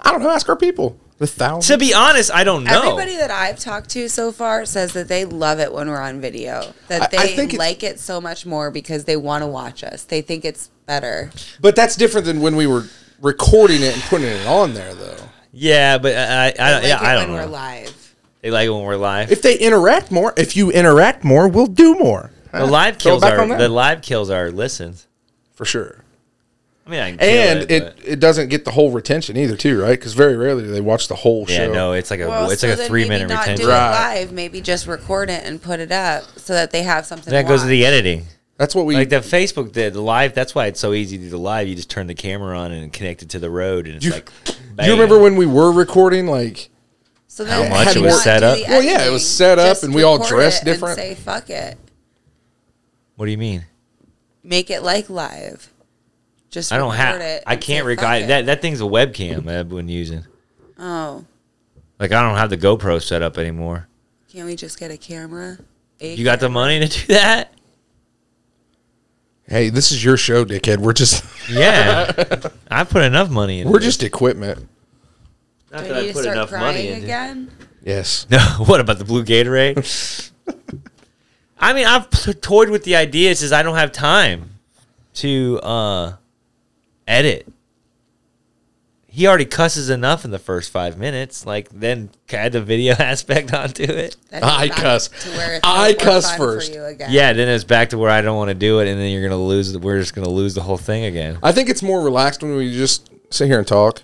Speaker 4: I don't know. Ask our people. The
Speaker 2: To
Speaker 4: thousand.
Speaker 2: be honest, I don't know.
Speaker 3: Everybody that I've talked to so far says that they love it when we're on video. That
Speaker 4: I-
Speaker 3: they
Speaker 4: I think it-
Speaker 3: like it so much more because they want to watch us. They think it's better.
Speaker 2: Uh,
Speaker 4: But that's different than when we were recording it and putting it on there, though.
Speaker 2: Yeah, but uh, I, I, I don't.
Speaker 3: Like
Speaker 2: yeah,
Speaker 3: it
Speaker 2: I
Speaker 3: when
Speaker 2: don't
Speaker 3: we're
Speaker 2: know.
Speaker 3: live.
Speaker 2: They like it when we're live.
Speaker 4: If they interact more, if you interact more, we'll do more.
Speaker 2: the live
Speaker 4: Throw
Speaker 2: kills
Speaker 4: it back on
Speaker 2: are
Speaker 4: that.
Speaker 2: the live kills are listens.
Speaker 4: for sure.
Speaker 2: I mean, I can
Speaker 4: and
Speaker 2: kill
Speaker 4: it,
Speaker 2: but-
Speaker 4: it, doesn't get the whole retention either, too, right? Because very rarely do they watch the whole
Speaker 2: yeah,
Speaker 4: show.
Speaker 2: no, it's like a
Speaker 3: Well,
Speaker 2: it's
Speaker 3: so
Speaker 2: like a
Speaker 3: then
Speaker 2: three minute
Speaker 3: maybe not
Speaker 2: retention.
Speaker 3: Do it
Speaker 4: Right.
Speaker 3: live, maybe just record it and put it up so that they have something.
Speaker 2: That
Speaker 3: to
Speaker 2: goes to the
Speaker 3: watch.
Speaker 2: editing.
Speaker 4: that's what we.
Speaker 2: Like the Facebook, the, the live. That's why it's so easy to do the live. You just turn the camera on and connect it to the road, and it's
Speaker 4: You-
Speaker 2: like.
Speaker 4: do you remember when we were recording? Like,
Speaker 3: So
Speaker 2: How
Speaker 3: then
Speaker 2: much
Speaker 3: have
Speaker 4: it
Speaker 3: you
Speaker 4: was
Speaker 3: not
Speaker 2: set
Speaker 3: do
Speaker 2: up?
Speaker 3: the
Speaker 4: Well, yeah, it was
Speaker 3: editing,
Speaker 4: set up
Speaker 3: just
Speaker 4: and we all
Speaker 3: record
Speaker 4: dressed
Speaker 3: it and
Speaker 4: different.
Speaker 3: say fuck it,
Speaker 2: What do you mean?
Speaker 3: make it like live. Just
Speaker 2: I don't
Speaker 3: record
Speaker 2: have.
Speaker 3: It
Speaker 2: I
Speaker 3: and
Speaker 2: can't
Speaker 3: say, "Fuck
Speaker 2: record
Speaker 3: it."
Speaker 2: that. That thing's a webcam I've been using.
Speaker 3: Oh,
Speaker 2: Like I don't have the GoPro set up anymore.
Speaker 3: can we just get a camera? A
Speaker 2: You got the money to do that?
Speaker 4: hey, this is your show, dickhead. We're just
Speaker 2: Yeah, I put enough money in.
Speaker 4: we're just equipment.
Speaker 2: not
Speaker 3: Do
Speaker 2: that
Speaker 3: I
Speaker 2: I
Speaker 3: need to
Speaker 2: put
Speaker 3: start
Speaker 2: enough
Speaker 3: crying
Speaker 2: money in.
Speaker 3: again?
Speaker 4: Yes.
Speaker 2: No, what about the blue Gatorade? I mean, I've pl- toyed with the idea. It's just I don't have time to uh, edit. He already cusses enough in the first five minutes. Like, then add the video aspect onto it.
Speaker 3: That's
Speaker 4: I
Speaker 3: back
Speaker 4: cuss.
Speaker 3: to where it's
Speaker 4: I
Speaker 3: more
Speaker 4: cuss
Speaker 3: fun
Speaker 4: first.
Speaker 3: For you again.
Speaker 2: Yeah, then it's back to where I don't want to do it, and then you're gonna lose. the- We're just gonna lose the whole thing again.
Speaker 4: I think it's more relaxed when we just sit here and talk.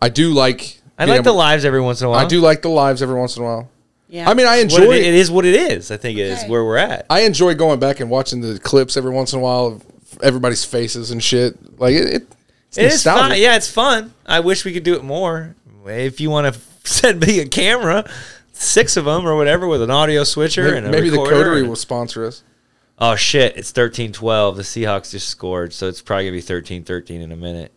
Speaker 4: I do like.
Speaker 2: I
Speaker 4: being
Speaker 2: like the
Speaker 4: able-
Speaker 2: lives every once in a while.
Speaker 4: I do like the lives every once in a while.
Speaker 3: Yeah.
Speaker 4: I mean, I
Speaker 2: What it-
Speaker 4: enjoy.
Speaker 2: it is what it is. I think is
Speaker 3: Okay.
Speaker 2: where we're at.
Speaker 4: I enjoy going back and watching the clips every once in a while of everybody's faces and shit. Like it, it it's
Speaker 2: It is
Speaker 4: nostalgic.
Speaker 2: fun. Yeah, it's fun. I wish we could do it more. If you want to send me a camera, six of them or whatever, with an audio switcher
Speaker 4: Maybe,
Speaker 2: and a
Speaker 4: maybe the
Speaker 2: recorder
Speaker 4: coterie
Speaker 2: and-
Speaker 4: will sponsor us.
Speaker 2: Oh shit! It's thirteen twelve. The Seahawks just scored, so it's probably gonna be 13-13 in a minute.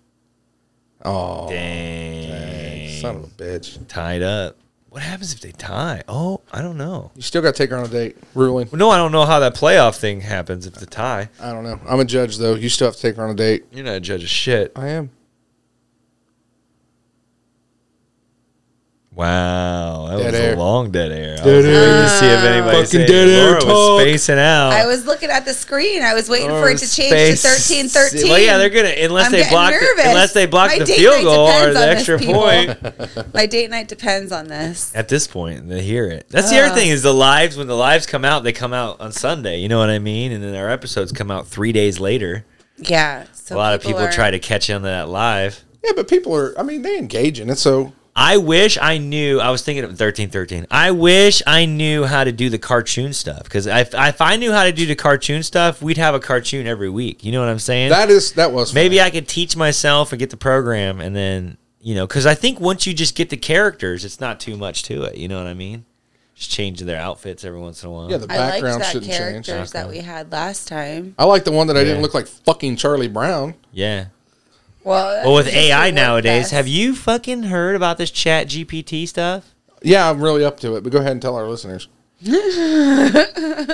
Speaker 4: Oh,
Speaker 2: Dang.
Speaker 4: son of a bitch!
Speaker 2: Tied up. What happens if they tie? Oh, I don't know.
Speaker 4: You still got to take her on a date. Ruling.
Speaker 2: Well, no, I don't know how that playoff thing happens if the tie.
Speaker 4: I don't know. I'm a judge though. You still have to take her on a date.
Speaker 2: You're not a judge of shit.
Speaker 4: I am.
Speaker 2: Wow, that
Speaker 4: Dead
Speaker 2: was
Speaker 4: air.
Speaker 2: a long dead air. I
Speaker 4: Dead
Speaker 2: was
Speaker 4: air.
Speaker 2: waiting to see if anybody
Speaker 4: Fucking
Speaker 2: said-
Speaker 4: dead air
Speaker 2: Laura
Speaker 4: talk.
Speaker 2: was spacing out.
Speaker 3: I was looking at the screen. I was waiting for it to change
Speaker 2: Oh, Space.
Speaker 3: to thirteen thirteen.
Speaker 2: Well, yeah, they're gonna unless
Speaker 3: I'm
Speaker 2: they
Speaker 3: getting
Speaker 2: block the,
Speaker 3: nervous.
Speaker 2: unless they block
Speaker 3: My
Speaker 2: the
Speaker 3: date
Speaker 2: field
Speaker 3: night
Speaker 2: goal or
Speaker 3: depends
Speaker 2: the
Speaker 3: on this,
Speaker 2: extra
Speaker 3: people.
Speaker 2: point.
Speaker 3: My date night depends on this.
Speaker 2: At this point, they hear it. That's the other thing is the lives when the lives come out, they come out on Sunday. You know what I mean? And then our episodes come out three days later.
Speaker 3: Yeah.
Speaker 2: a
Speaker 3: So
Speaker 2: lot of people
Speaker 3: are-
Speaker 2: try to catch on to that live.
Speaker 4: Yeah, but people are. I mean, they engage in it. So
Speaker 2: I wish I knew. I was thinking of thirteen thirteen. I wish I knew how to do the cartoon stuff because if, if I knew how to do the cartoon stuff, we'd have a cartoon every week. You know what I'm saying?
Speaker 4: that is that was fun.
Speaker 2: Maybe I could teach myself and get the program, and then you know, because I think once you just get the characters, it's not too much to it. You know what I mean? Just changing their outfits every once in a while.
Speaker 4: Yeah, the
Speaker 3: I liked
Speaker 4: background
Speaker 3: that
Speaker 4: shouldn't
Speaker 3: characters
Speaker 4: change.
Speaker 3: that we had last time.
Speaker 4: I like the one that I didn't
Speaker 2: Yeah.
Speaker 4: look like fucking Charlie Brown.
Speaker 2: yeah.
Speaker 3: Well,
Speaker 2: Well, with
Speaker 3: that's just
Speaker 2: AI
Speaker 3: your
Speaker 2: nowadays,
Speaker 3: WordPress.
Speaker 2: have you fucking heard about this Chat GPT stuff?
Speaker 4: Yeah, I'm really up to it. But go ahead and tell our listeners.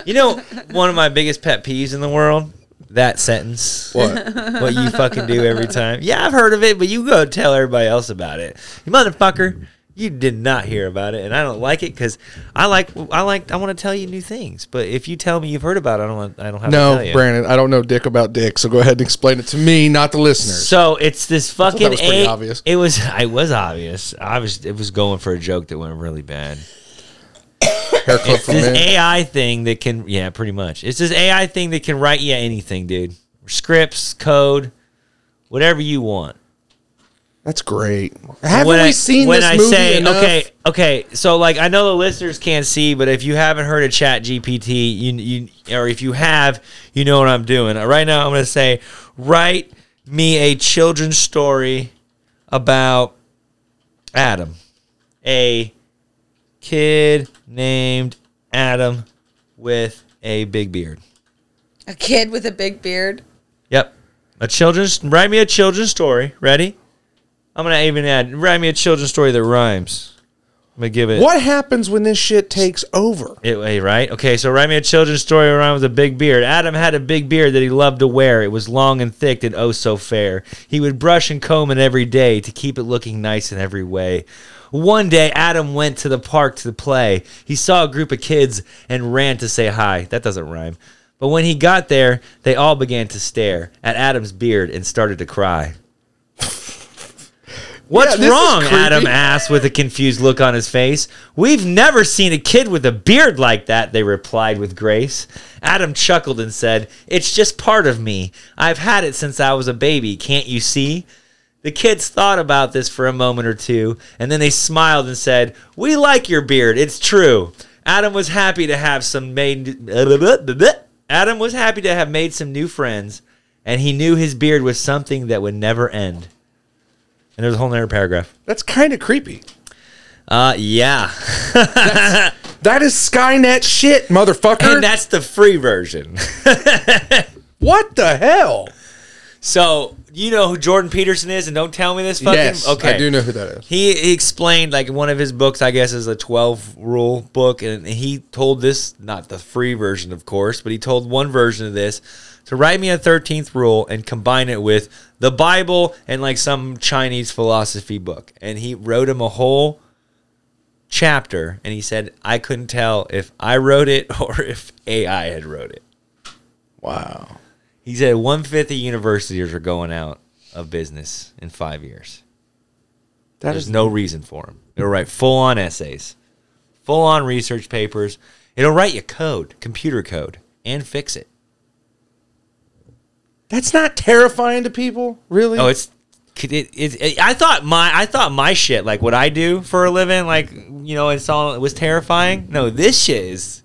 Speaker 2: You know, one of my biggest pet peeves in the world. That sentence.
Speaker 4: What?
Speaker 2: what you fucking do every time. Yeah, I've heard of it, but you go tell everybody else about it. You motherfucker, you did not hear about it, and I don't like it because I like I like I want to tell you new things. But if you tell me you've heard about it, I don't want, I don't have to tell
Speaker 4: no,
Speaker 2: you.
Speaker 4: Brandon, I don't know dick about dick. So go ahead and explain it to me, not the listeners.
Speaker 2: So it's this
Speaker 4: that
Speaker 2: fucking.
Speaker 4: was pretty
Speaker 2: a-
Speaker 4: obvious.
Speaker 2: It was. It was obvious. I was. It was going for a joke that went really bad.
Speaker 4: Hair clip for
Speaker 2: this
Speaker 4: men.
Speaker 2: AI thing that can, yeah, pretty much. It's this AI thing that can write you anything, dude. Scripts, code, whatever you want.
Speaker 4: That's great. Haven't
Speaker 2: when
Speaker 4: we
Speaker 2: I-
Speaker 4: seen
Speaker 2: when
Speaker 4: this
Speaker 2: I
Speaker 4: movie
Speaker 2: say,
Speaker 4: enough?
Speaker 2: Okay, okay. So like, I know the listeners can't see, but if you haven't heard of Chat GPT, you, you or if you have, you know what I'm doing. Uh, Right now, I'm going to say, write me a children's story about Adam, a kid named Adam with a big beard.
Speaker 3: a kid with a big beard?
Speaker 2: Yep. A children's write me a children's story. Ready? I'm gonna even add write me a children's story that rhymes. I'm gonna give it
Speaker 4: What happens when this shit takes over?
Speaker 2: it way, right? Okay, so write me a children's story around with a big beard. Adam had a big beard that he loved to wear. It was long and thick and oh so fair. He would brush and comb it every day to keep it looking nice in every way. One day, Adam went to the park to play. He saw a group of kids and ran to say hi. That doesn't rhyme. But when he got there, they all began to stare at Adam's beard and started to cry. What's
Speaker 4: this is
Speaker 2: wrong?
Speaker 4: creepy.
Speaker 2: Adam asked with a confused look on his face. We've never seen a kid with a beard like that, they replied with grace. Adam chuckled and said, It's just part of me. I've had it since I was a baby, can't you see? The kids thought about this for a moment or two, and then they smiled and said, We like your beard, it's true. Adam was happy to have some made Adam was happy to have made some new friends, and he knew his beard was something that would never end. And there's a whole nother paragraph.
Speaker 4: That's kind of creepy.
Speaker 2: Uh, yeah,
Speaker 4: That is Skynet shit, motherfucker.
Speaker 2: and that's the free version.
Speaker 4: what the hell?
Speaker 2: so you know who Jordan Peterson is, and don't tell me this fucking.
Speaker 4: yes,
Speaker 2: okay,
Speaker 4: I do know who that is.
Speaker 2: He, he explained like one of his books, I guess, is a twelve rule book, and he told this not the free version, of course, but he told one version of this to write me a thirteenth rule and combine it with the Bible and like some Chinese philosophy book, and he wrote him a whole chapter, and he said I couldn't tell if I wrote it or if AI had wrote it.
Speaker 4: Wow.
Speaker 2: He said one fifth of universities are going out of business in five years.
Speaker 4: That
Speaker 2: There's
Speaker 4: is
Speaker 2: no reason for them. It'll write full on essays, full on research papers. It'll write you code, computer code, and fix it.
Speaker 4: That's not terrifying to people, really.
Speaker 2: Oh, it's. It, it, it- I thought my I thought my shit like what I do for a living like you know it's all it was terrifying. No, this shit is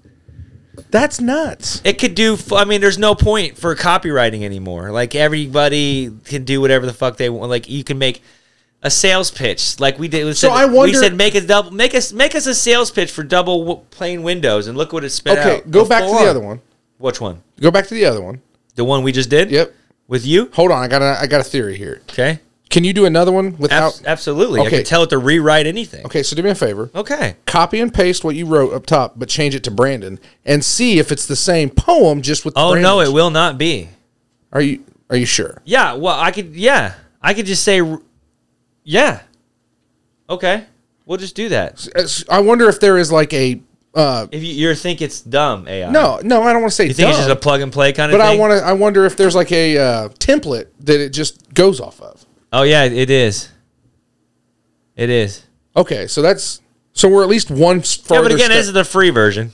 Speaker 4: that's nuts.
Speaker 2: it could do. f- I mean, there's no point for copywriting anymore. Like everybody can do whatever the fuck they want. Like you can make a sales pitch, like we did. We
Speaker 4: So
Speaker 2: said-
Speaker 4: I wonder-
Speaker 2: We said make a double, make us, make us a sales pitch for double w- plane windows, and look what it spit out.
Speaker 4: Okay, go back to
Speaker 2: Full
Speaker 4: the
Speaker 2: on.
Speaker 4: other one.
Speaker 2: Which one?
Speaker 4: Go back to the other one.
Speaker 2: The one we just did.
Speaker 4: Yep.
Speaker 2: With you.
Speaker 4: Hold on, I got a, I got a theory here.
Speaker 2: Okay.
Speaker 4: Can you do another one without?
Speaker 2: Abs- absolutely. I
Speaker 4: Okay.
Speaker 2: can tell it to rewrite anything.
Speaker 4: Okay, so do me a favor.
Speaker 2: Okay.
Speaker 4: Copy and paste what you wrote up top, but change it to Brandon and see if it's the same poem, just with.
Speaker 2: Oh no,
Speaker 4: Brandon's.
Speaker 2: it will not be.
Speaker 4: Are you Are you sure?
Speaker 2: Yeah. Well, I could. Yeah, I could just say. r- Yeah. Okay. We'll just do that.
Speaker 4: It's- I wonder if there is like a. Uh,
Speaker 2: If you you think it's dumb AI,
Speaker 4: no, no, I don't want to say.
Speaker 2: you think
Speaker 4: dumb,
Speaker 2: it's just a plug and play kind of
Speaker 4: but
Speaker 2: thing.
Speaker 4: I want to. I wonder if there's like a uh, template that it just goes off of.
Speaker 2: Oh yeah, it is. It is.
Speaker 4: Okay, so that's so we're at least one s-
Speaker 2: Yeah,
Speaker 4: farther.
Speaker 2: but again,
Speaker 4: step,
Speaker 2: this is the free version.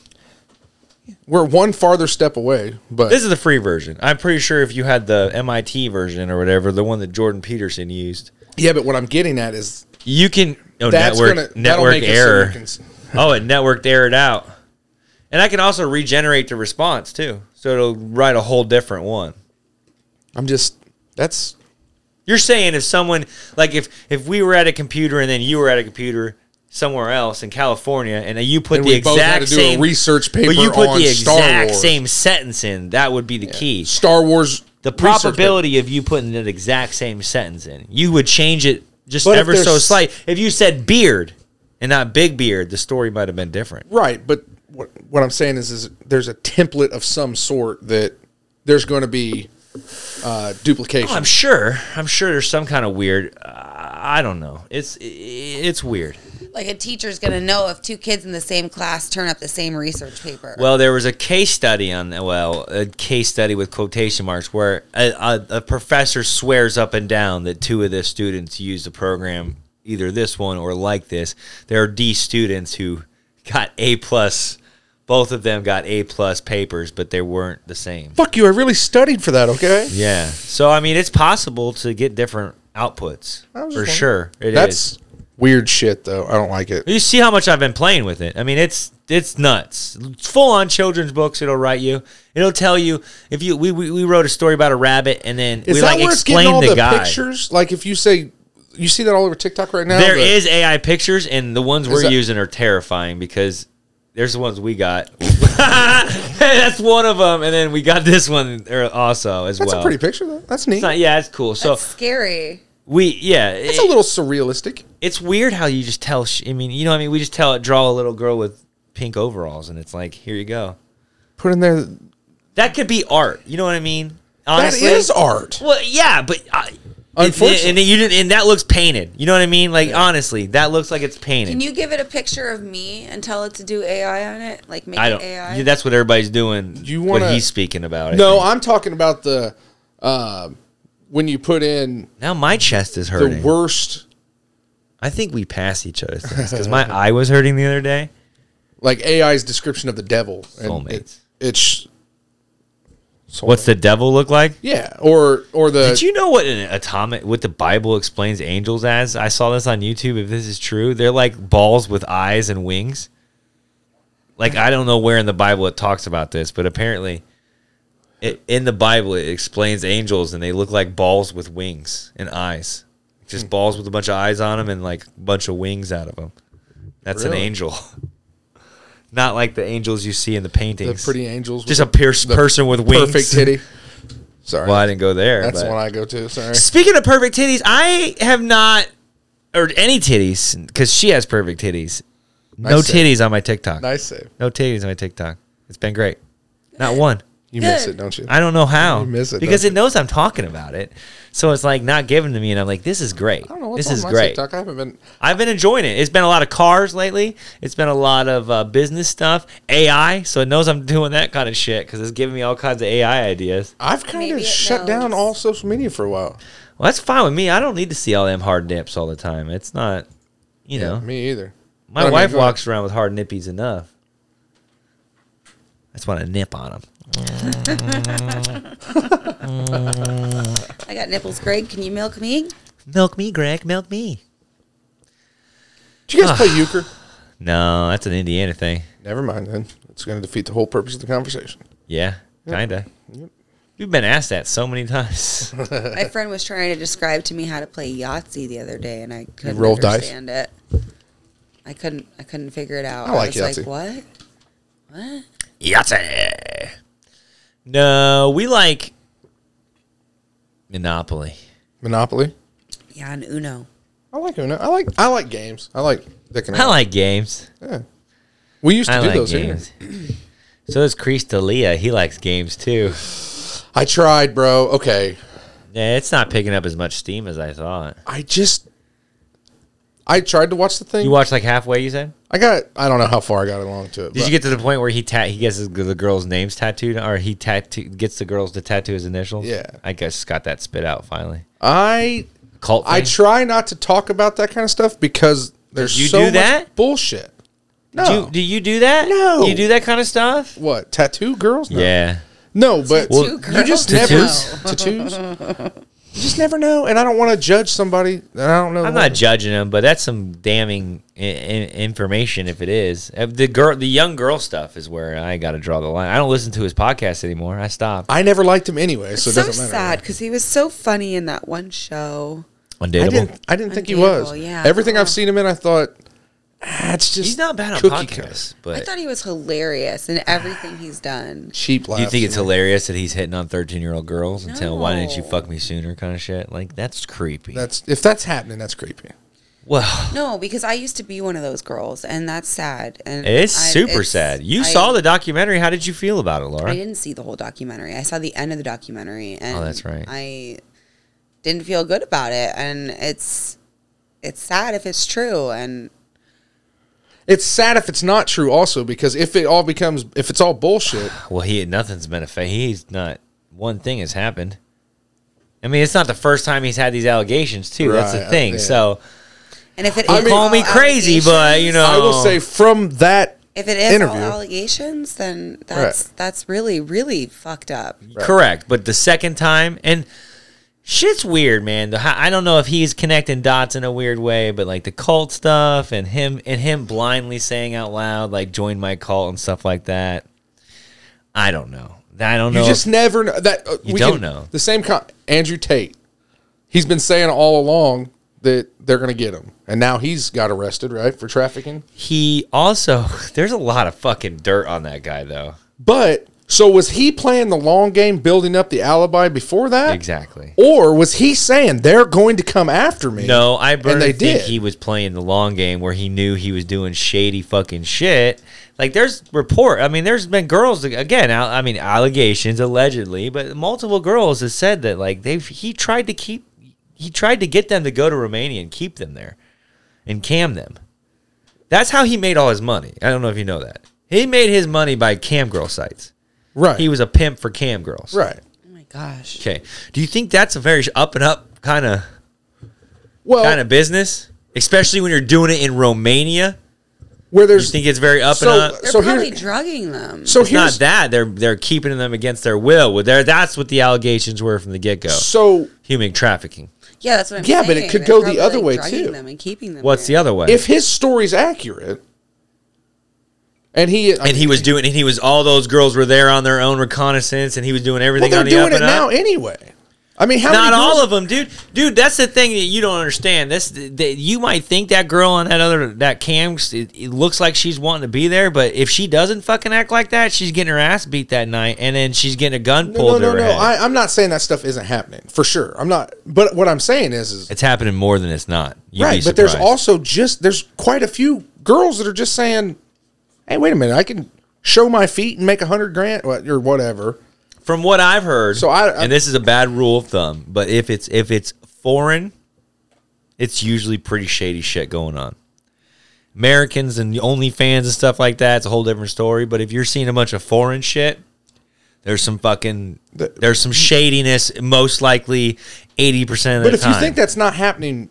Speaker 4: we're one farther step away. But
Speaker 2: This is the free version. I'm pretty sure if you had the MIT version or whatever, the one that Jordan Peterson used,
Speaker 4: yeah, but what I'm getting at is
Speaker 2: you can oh,
Speaker 4: that's
Speaker 2: network
Speaker 4: gonna that'll
Speaker 2: network
Speaker 4: make it so you
Speaker 2: error.
Speaker 4: can s-
Speaker 2: oh, it networked errored out, and I can also regenerate the response too, so it'll write a whole different one.
Speaker 4: I'm just that's
Speaker 2: You're saying if someone like if if we were at a computer and then you were at a computer somewhere else in California and you put
Speaker 4: And
Speaker 2: the
Speaker 4: we both had
Speaker 2: exact
Speaker 4: to do a
Speaker 2: same
Speaker 4: research paper
Speaker 2: but you put
Speaker 4: on
Speaker 2: the
Speaker 4: Star
Speaker 2: exact
Speaker 4: Wars.
Speaker 2: same sentence in, that would be the key.
Speaker 4: Star Wars.
Speaker 2: The
Speaker 4: research
Speaker 2: probability of you putting the exact same sentence in, you would change it just
Speaker 4: But if
Speaker 2: ever so
Speaker 4: there's-
Speaker 2: slight. If you said beard and not big beard, the story might have been different.
Speaker 4: paper. right? But what what I'm saying is, is there's a template of some sort that there's going to be uh, duplication.
Speaker 2: Oh, I'm sure. I'm sure there's some kind of weird. Uh, I don't know. It's it's weird.
Speaker 3: Like a teacher's gonna know if two kids in the same class turn up the same research paper.
Speaker 2: Well, there was a case study on that. Well, a case study with quotation marks where a, a, a professor swears up and down that two of the students used the program, either this one or like this. There are D students who got A plus. Both of them got A plus papers, but they weren't the same.
Speaker 4: Fuck you! I really studied for that. Okay,
Speaker 2: Yeah. So I mean, it's possible to get different outputs
Speaker 4: I
Speaker 2: for
Speaker 4: was just wondering.
Speaker 2: sure. It is.
Speaker 4: that's weird shit, though. I don't like it.
Speaker 2: You see how much I've been playing with it. I mean, it's it's nuts. Full on children's books. It'll write you. It'll tell you if you. We, we, we wrote a story about a rabbit, and then
Speaker 4: Is
Speaker 2: we
Speaker 4: that
Speaker 2: like
Speaker 4: where it's getting all
Speaker 2: explained
Speaker 4: the,
Speaker 2: the, guy.
Speaker 4: pictures? Like if you say you see that all over TikTok right now.
Speaker 2: There
Speaker 4: the-
Speaker 2: is AI pictures, and the ones we're
Speaker 4: that-
Speaker 2: using are terrifying because there's the ones we got. That's one of them, and then we got this one er, also as
Speaker 4: That's
Speaker 2: well.
Speaker 4: a pretty picture. Though. That's neat.
Speaker 2: It's not- yeah, it's cool. So
Speaker 3: That's scary.
Speaker 2: we yeah,
Speaker 4: it's
Speaker 2: it-
Speaker 4: a little surrealistic.
Speaker 2: it's weird how you just tell. Sh- I mean, you know, what I mean, we just tell it draw a little girl with pink overalls, and it's like here you go.
Speaker 4: Put in there.
Speaker 2: That could be art. You know what I mean?
Speaker 4: That
Speaker 2: Honestly,
Speaker 4: is art.
Speaker 2: Well, yeah, but uh,
Speaker 4: Unfortunately.
Speaker 2: and, and you didn't, and that looks painted. You know what I mean? Like honestly, that looks like it's painted.
Speaker 3: Can you give it a picture of me and tell it to do AI on it? Like make
Speaker 2: I
Speaker 3: it
Speaker 2: don't.
Speaker 3: AI.
Speaker 2: yeah, that's what everybody's doing.
Speaker 4: You
Speaker 2: what
Speaker 4: wanna-
Speaker 2: he's speaking about? I
Speaker 4: No,
Speaker 2: think.
Speaker 4: I'm talking about the um when you put in
Speaker 2: now my chest is
Speaker 4: the
Speaker 2: hurting.
Speaker 4: worst
Speaker 2: I think we pass each other things because my eye was hurting the other day.
Speaker 4: Like AI's description of the devil.
Speaker 2: Soulmates.
Speaker 4: It, it's
Speaker 2: What's the devil look like?
Speaker 4: yeah, or or the
Speaker 2: Did you know what an atomic what the Bible explains angels as? I saw this on YouTube. If this is true, they're like balls with eyes and wings. Like I don't know where in the Bible it talks about this, but apparently, it, in the Bible it explains angels and they look like balls with wings and eyes,
Speaker 4: Hmm.
Speaker 2: just balls with a bunch of eyes on them and like a bunch of wings out of them. That's
Speaker 4: Really?
Speaker 2: an angel, not like the angels you see in the
Speaker 4: the
Speaker 2: paintings.
Speaker 4: pretty angels, with
Speaker 2: just a
Speaker 4: the-
Speaker 2: pierced
Speaker 4: the
Speaker 2: person with wings.
Speaker 4: perfect titty. Sorry,
Speaker 2: Well, I didn't go there.
Speaker 4: that's
Speaker 2: but-
Speaker 4: the one I go to. Sorry,
Speaker 2: Speaking of perfect titties, I have not or any titties because she has perfect titties. no
Speaker 4: Nice save.
Speaker 2: titties on my TikTok.
Speaker 4: nice save.
Speaker 2: No titties on my TikTok. It's been great. Not one.
Speaker 4: You miss it, don't you?
Speaker 2: I don't know how
Speaker 4: You miss it,
Speaker 2: because
Speaker 4: don't
Speaker 2: it knows I'm talking about it. So it's like not given to me, and I'm like, this is great.
Speaker 4: I don't know what's
Speaker 2: this
Speaker 4: on
Speaker 2: is
Speaker 4: my
Speaker 2: great.
Speaker 4: TikTok. I haven't been.
Speaker 2: I've been enjoying it. It's been a lot of cars lately. It's been a lot of uh, business stuff, AI. So it knows I'm doing that kind of shit because it's giving me all kinds of AI ideas.
Speaker 4: I've kind
Speaker 3: Maybe
Speaker 4: of
Speaker 3: it
Speaker 4: shut down
Speaker 3: knows.
Speaker 4: all social media for a while.
Speaker 2: Well, that's fine with me. I don't need to see all them hard nips all the time. It's not, you know.
Speaker 4: Me either.
Speaker 2: My
Speaker 4: But I mean,
Speaker 2: wife
Speaker 4: go-
Speaker 2: walks around with hard nippies enough. I just want to nip on them.
Speaker 3: I got nipples, Greg. Can you milk me?
Speaker 2: Milk me, Greg. Milk me.
Speaker 4: Do you guys play euchre?
Speaker 2: No, that's an Indiana thing.
Speaker 4: Never mind. Then it's going to defeat the whole purpose of the conversation.
Speaker 2: Yeah, kinda. You've been asked that so many times.
Speaker 3: My friend was trying to describe to me how to play Yahtzee the other day, and I couldn't
Speaker 4: roll dice?
Speaker 3: understand it. I couldn't. I couldn't figure it out.
Speaker 4: I like
Speaker 3: was
Speaker 4: Yahtzee.
Speaker 3: like, what? What?
Speaker 2: Yahtzee. No, we like Monopoly.
Speaker 4: Monopoly.
Speaker 3: Yeah, and Uno.
Speaker 4: I like Uno. I like I like games. I like dicking
Speaker 2: I
Speaker 4: around.
Speaker 2: like games.
Speaker 4: Yeah. We used to
Speaker 2: I
Speaker 4: do
Speaker 2: like
Speaker 4: those here.
Speaker 2: games. So does Chris D'Elia. He likes games too.
Speaker 4: I tried, bro. Okay.
Speaker 2: Yeah, it's not picking up as much steam as I thought.
Speaker 4: I just I tried to watch the thing.
Speaker 2: You watched like halfway. You said.
Speaker 4: I got I don't know how far I got along to it.
Speaker 2: Did
Speaker 4: but
Speaker 2: you get to the point where he ta- he gets the girl's names tattooed, or he tattoo gets the girls to tattoo his initials?
Speaker 4: Yeah.
Speaker 2: I guess got that spit out finally.
Speaker 4: I
Speaker 2: Cult.
Speaker 4: I
Speaker 2: thing?
Speaker 4: try not to talk about that kind of stuff because there's
Speaker 2: you
Speaker 4: so
Speaker 2: do
Speaker 4: much
Speaker 2: that?
Speaker 4: bullshit. No.
Speaker 2: Do you, do you do that?
Speaker 4: No.
Speaker 2: You do that kind of stuff?
Speaker 4: what? Tattoo girls? No.
Speaker 2: Yeah.
Speaker 4: No, but
Speaker 2: Well,
Speaker 3: Two girls.
Speaker 4: you just
Speaker 2: Tattoos?
Speaker 4: never tattoos. You just never know, and I don't want to judge somebody that I don't know.
Speaker 2: I'm
Speaker 4: them.
Speaker 2: not judging him, but that's some damning I- I- information if it is. Uh, The girl, the young girl stuff is where I got to draw the line. I don't listen to his podcast anymore. I stopped.
Speaker 4: I never liked him anyway, so
Speaker 5: So,
Speaker 4: it doesn't matter.
Speaker 5: sad because he was so funny in that one show.
Speaker 4: I
Speaker 2: Undateable.
Speaker 4: didn't. I didn't think he
Speaker 3: Unbeatable,
Speaker 4: was.
Speaker 3: yeah.
Speaker 4: Everything
Speaker 3: Oh.
Speaker 4: I've seen him in, I thought that's just
Speaker 2: He's not bad on
Speaker 4: cookie
Speaker 2: podcasts,
Speaker 4: cutter.
Speaker 2: but
Speaker 3: I thought he was hilarious in everything he's done.
Speaker 4: cheap.
Speaker 2: Do you think it's
Speaker 4: hilarious?
Speaker 2: hilarious that he's hitting on 13 year old girls and telling why didn't you
Speaker 3: No.
Speaker 2: fuck me sooner kind of shit? Like, that's creepy.
Speaker 4: That's if that's happening, that's creepy.
Speaker 2: well,
Speaker 3: No, because I used to be one of those girls, and that's sad. And
Speaker 2: it's
Speaker 3: I-
Speaker 2: super
Speaker 3: it's-
Speaker 2: sad. You
Speaker 3: I-
Speaker 2: saw the documentary. How did you feel about it,
Speaker 3: I
Speaker 2: Laura?
Speaker 3: didn't see the whole documentary. I saw the end of the documentary, and
Speaker 2: Oh, that's right.
Speaker 3: I didn't feel good about it, and it's it's sad if it's true. And
Speaker 4: It's sad if it's not true, also because if it all becomes if it's all bullshit,
Speaker 2: Well, he nothing's been a fa- He's not. One thing has happened. I mean, it's not the first time he's had these allegations, too. That's
Speaker 4: Right,
Speaker 2: the
Speaker 4: uh,
Speaker 2: thing.
Speaker 4: yeah.
Speaker 2: So,
Speaker 3: and if it
Speaker 4: I
Speaker 3: is
Speaker 4: mean-
Speaker 2: call
Speaker 3: all
Speaker 2: me crazy, but you
Speaker 3: allegations-
Speaker 2: know,
Speaker 4: I will say from that
Speaker 3: if it is
Speaker 4: interview-
Speaker 3: all allegations, then that's that's really really fucked up.
Speaker 2: Correct. But the second time, and shit's weird, man. The, I don't know if he's connecting dots in a weird way, but like the cult stuff and him and him blindly saying out loud like "join my cult" and stuff like that. I don't know. I don't
Speaker 4: you
Speaker 2: know.
Speaker 4: just never know that uh,
Speaker 2: You don't know.
Speaker 4: the same. Con- Andrew Tate, he's been saying all along that they're going to get him, and now he's got arrested right for trafficking.
Speaker 2: if he also there's a lot of fucking dirt on that guy though.
Speaker 4: But so was he playing the long game, building up the alibi before that?
Speaker 2: Exactly.
Speaker 4: Or was he saying they're going to come after me?
Speaker 2: No, I
Speaker 4: and
Speaker 2: barely
Speaker 4: they
Speaker 2: think
Speaker 4: did.
Speaker 2: he was playing the long game where he knew he was doing shady fucking shit. Like there's report. I mean, there's been girls again. al- I mean, allegations allegedly, but multiple girls have said that like they've he tried to keep he tried to get them to go to Romania and keep them there and cam them. That's how he made all his money. I don't know if you know that. He made his money by cam girl sites.
Speaker 4: right,
Speaker 2: He was a pimp for cam girls.
Speaker 4: right.
Speaker 3: Oh my gosh!
Speaker 2: Okay. Do you think that's a very up and up kind of
Speaker 4: Well,
Speaker 2: kind of business? especially when you're doing it in Romania.
Speaker 4: Where
Speaker 2: You
Speaker 4: there's
Speaker 2: think it's very up
Speaker 4: so
Speaker 2: and up.
Speaker 3: They're
Speaker 4: so
Speaker 3: probably
Speaker 4: here
Speaker 3: drugging them.
Speaker 4: so
Speaker 2: It's not
Speaker 4: here's
Speaker 2: that they're they're keeping them against their will. Well, there that's what the allegations were from the get go.
Speaker 4: so
Speaker 2: Human trafficking.
Speaker 3: yeah, that's what I'm
Speaker 4: Yeah,
Speaker 3: saying.
Speaker 4: but it could
Speaker 3: They're
Speaker 4: go the
Speaker 3: probably,
Speaker 4: other way,
Speaker 3: drugging
Speaker 4: too.
Speaker 3: Them and keeping them.
Speaker 2: What's the
Speaker 3: there.
Speaker 2: other way?
Speaker 4: if his story's accurate, and he
Speaker 2: and he was doing, and he was all those girls were there on their own reconnaissance, and he was doing
Speaker 4: well,
Speaker 2: everything
Speaker 4: they're
Speaker 2: on the up
Speaker 4: doing it
Speaker 2: and
Speaker 4: now
Speaker 2: up.
Speaker 4: anyway. I mean, how
Speaker 2: Not
Speaker 4: many girls-
Speaker 2: all of them, dude. Dude, that's the thing that you don't understand. This, that you might think that girl on that other that cam, it, it looks like she's wanting to be there, but if she doesn't fucking act like that, she's getting her ass beat that night, and then she's getting a gun
Speaker 4: No,
Speaker 2: pulled
Speaker 4: no,
Speaker 2: to
Speaker 4: no,
Speaker 2: her
Speaker 4: no.
Speaker 2: head.
Speaker 4: I, I'm not saying that stuff isn't happening for sure. I'm not. But what I'm saying is, is
Speaker 2: it's happening more than it's not. You'd
Speaker 4: right.
Speaker 2: be
Speaker 4: But there's
Speaker 2: surprised.
Speaker 4: also just there's quite a few girls that are just saying, "Hey, wait a minute, I can show my feet and make a hundred grand what- or whatever."
Speaker 2: from what I've heard.
Speaker 4: So I- I-
Speaker 2: and this is a bad rule of thumb, but if it's if it's foreign, it's usually pretty shady shit going on. Americans and OnlyFans and stuff like that, it's a whole different story. But if you're seeing a bunch of foreign shit, there's some fucking
Speaker 4: The-
Speaker 2: there's some shadiness, most likely eighty percent of the
Speaker 4: But if
Speaker 2: time.
Speaker 4: you think that's not happening,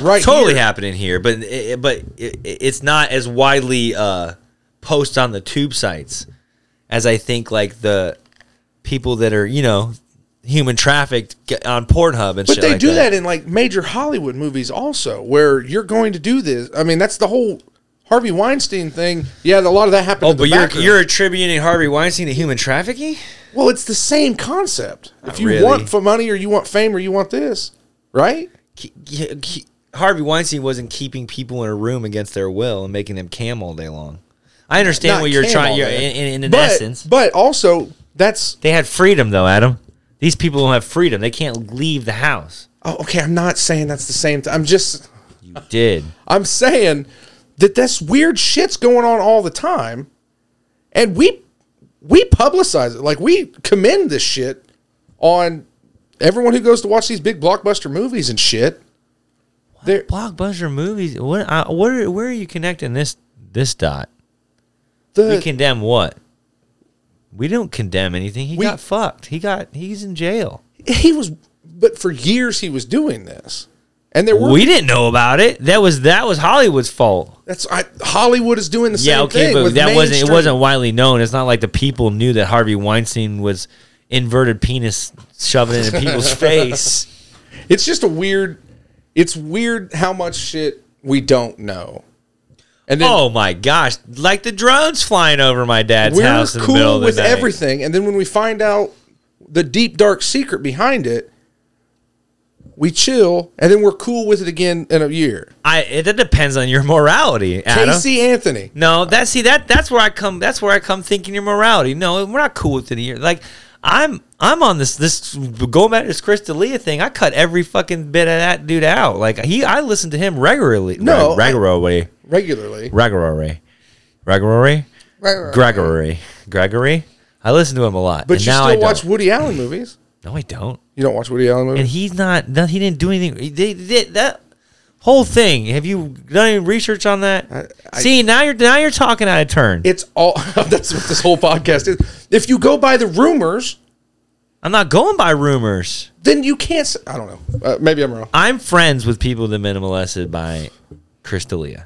Speaker 4: right?
Speaker 2: totally
Speaker 4: here,
Speaker 2: happening here, but it, but it, it's not as widely uh, posted on the tube sites as I think like the people that are you know human trafficked g- on Pornhub and
Speaker 4: But
Speaker 2: shit
Speaker 4: they
Speaker 2: like
Speaker 4: do that. in like major Hollywood movies also, where you're going to do this. I mean, that's the whole Harvey Weinstein thing. Yeah, a lot of that happened.
Speaker 2: Oh,
Speaker 4: in the
Speaker 2: but you're
Speaker 4: back room.
Speaker 2: you're attributing Harvey Weinstein to human trafficking?
Speaker 4: well, it's the same concept. If you
Speaker 2: really.
Speaker 4: want for money, or you want fame, or you want this, right?
Speaker 2: K- k- k- Harvey Weinstein wasn't keeping people in a room against their will and making them cam all day long. I understand
Speaker 4: Not
Speaker 2: what you're
Speaker 4: cam all
Speaker 2: trying. You're, in,
Speaker 4: day.
Speaker 2: in, in
Speaker 4: but,
Speaker 2: essence,
Speaker 4: But also, that's
Speaker 2: they had freedom though, Adam. These people don't have freedom. They can't leave the house.
Speaker 4: oh, okay. I'm not saying that's the same. Th- I'm just
Speaker 2: You did.
Speaker 4: I'm saying that this weird shit's going on all the time, and we we publicize it like we commend this shit on everyone who goes to watch these big blockbuster movies and shit. There,
Speaker 2: Uh, blockbuster movies. What? I, what are, where are you connecting this this dot? we
Speaker 4: the
Speaker 2: condemn what? We don't condemn anything. He
Speaker 4: We-
Speaker 2: got fucked. He got. He's in jail.
Speaker 4: he was, but for years he was doing this, and there were
Speaker 2: We didn't know about it. That was that was Hollywood's fault.
Speaker 4: that's I, Hollywood is doing the
Speaker 2: yeah,
Speaker 4: same
Speaker 2: okay,
Speaker 4: thing.
Speaker 2: but
Speaker 4: with
Speaker 2: that wasn't it
Speaker 4: mainstream.
Speaker 2: wasn't widely known. It's not like the people knew that Harvey Weinstein was inverted penis shoving it in people's face.
Speaker 4: It's just a weird. It's weird how much shit we don't know. And then
Speaker 2: Oh my gosh! Like the drones flying over my dad's
Speaker 4: we're
Speaker 2: house in the middle
Speaker 4: cool
Speaker 2: of the
Speaker 4: with
Speaker 2: night.
Speaker 4: everything, and then when we find out the deep dark secret behind it, we chill, and then we're cool with it again in a year.
Speaker 2: I it, that depends on your morality, Adam.
Speaker 4: Casey Anthony.
Speaker 2: No, that see that that's where I come that's where I come thinking your morality. No, we're not cool with it here. Like I'm I'm on this this going back to this Chris D'Elia thing. I cut every fucking bit of that dude out. Like he I listen to him regularly.
Speaker 4: No,
Speaker 2: Reg-
Speaker 4: I-
Speaker 2: regularly,
Speaker 4: Regularly,
Speaker 2: regularly, regularly,
Speaker 3: Right, right, right.
Speaker 2: Gregory, Gregory. I listen to him a lot.
Speaker 4: but
Speaker 2: and
Speaker 4: you
Speaker 2: now I
Speaker 4: still watch
Speaker 2: don't.
Speaker 4: Woody Allen movies.
Speaker 2: No, I don't.
Speaker 4: You don't watch Woody Allen
Speaker 2: And
Speaker 4: movies.
Speaker 2: he's not. No, he didn't do anything. He- They, they, that whole thing. Have you done any research on that?
Speaker 4: I-
Speaker 2: See, now you're now you're talking out of turn.
Speaker 4: it's all that's what this whole podcast is. If you go by the rumors,
Speaker 2: I'm not going by rumors.
Speaker 4: then you can't. s- I don't know. Uh, maybe I'm wrong.
Speaker 2: I'm friends with people that have been molested by Crystalia.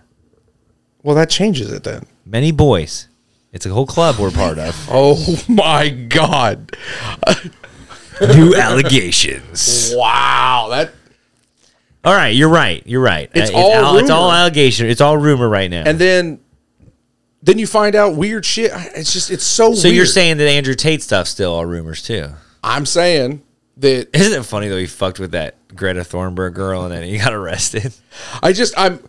Speaker 4: Well, that changes it then.
Speaker 2: Many boys. It's a whole club we're part of.
Speaker 4: Oh my god.
Speaker 2: New allegations.
Speaker 4: Wow, that
Speaker 2: All right, you're right. You're right.
Speaker 4: It's
Speaker 2: Uh,
Speaker 4: all
Speaker 2: al- it's all
Speaker 4: rumor.
Speaker 2: allegation. It's all rumor right now.
Speaker 4: and then then you find out weird shit. I- It's just it's so.
Speaker 2: so you're
Speaker 4: weird.
Speaker 2: saying that Andrew Tate stuff's still all rumors too?
Speaker 4: I'm saying that
Speaker 2: Isn't it funny though? He fucked with that Greta Thornburg girl and then he got arrested.
Speaker 4: I just I'm.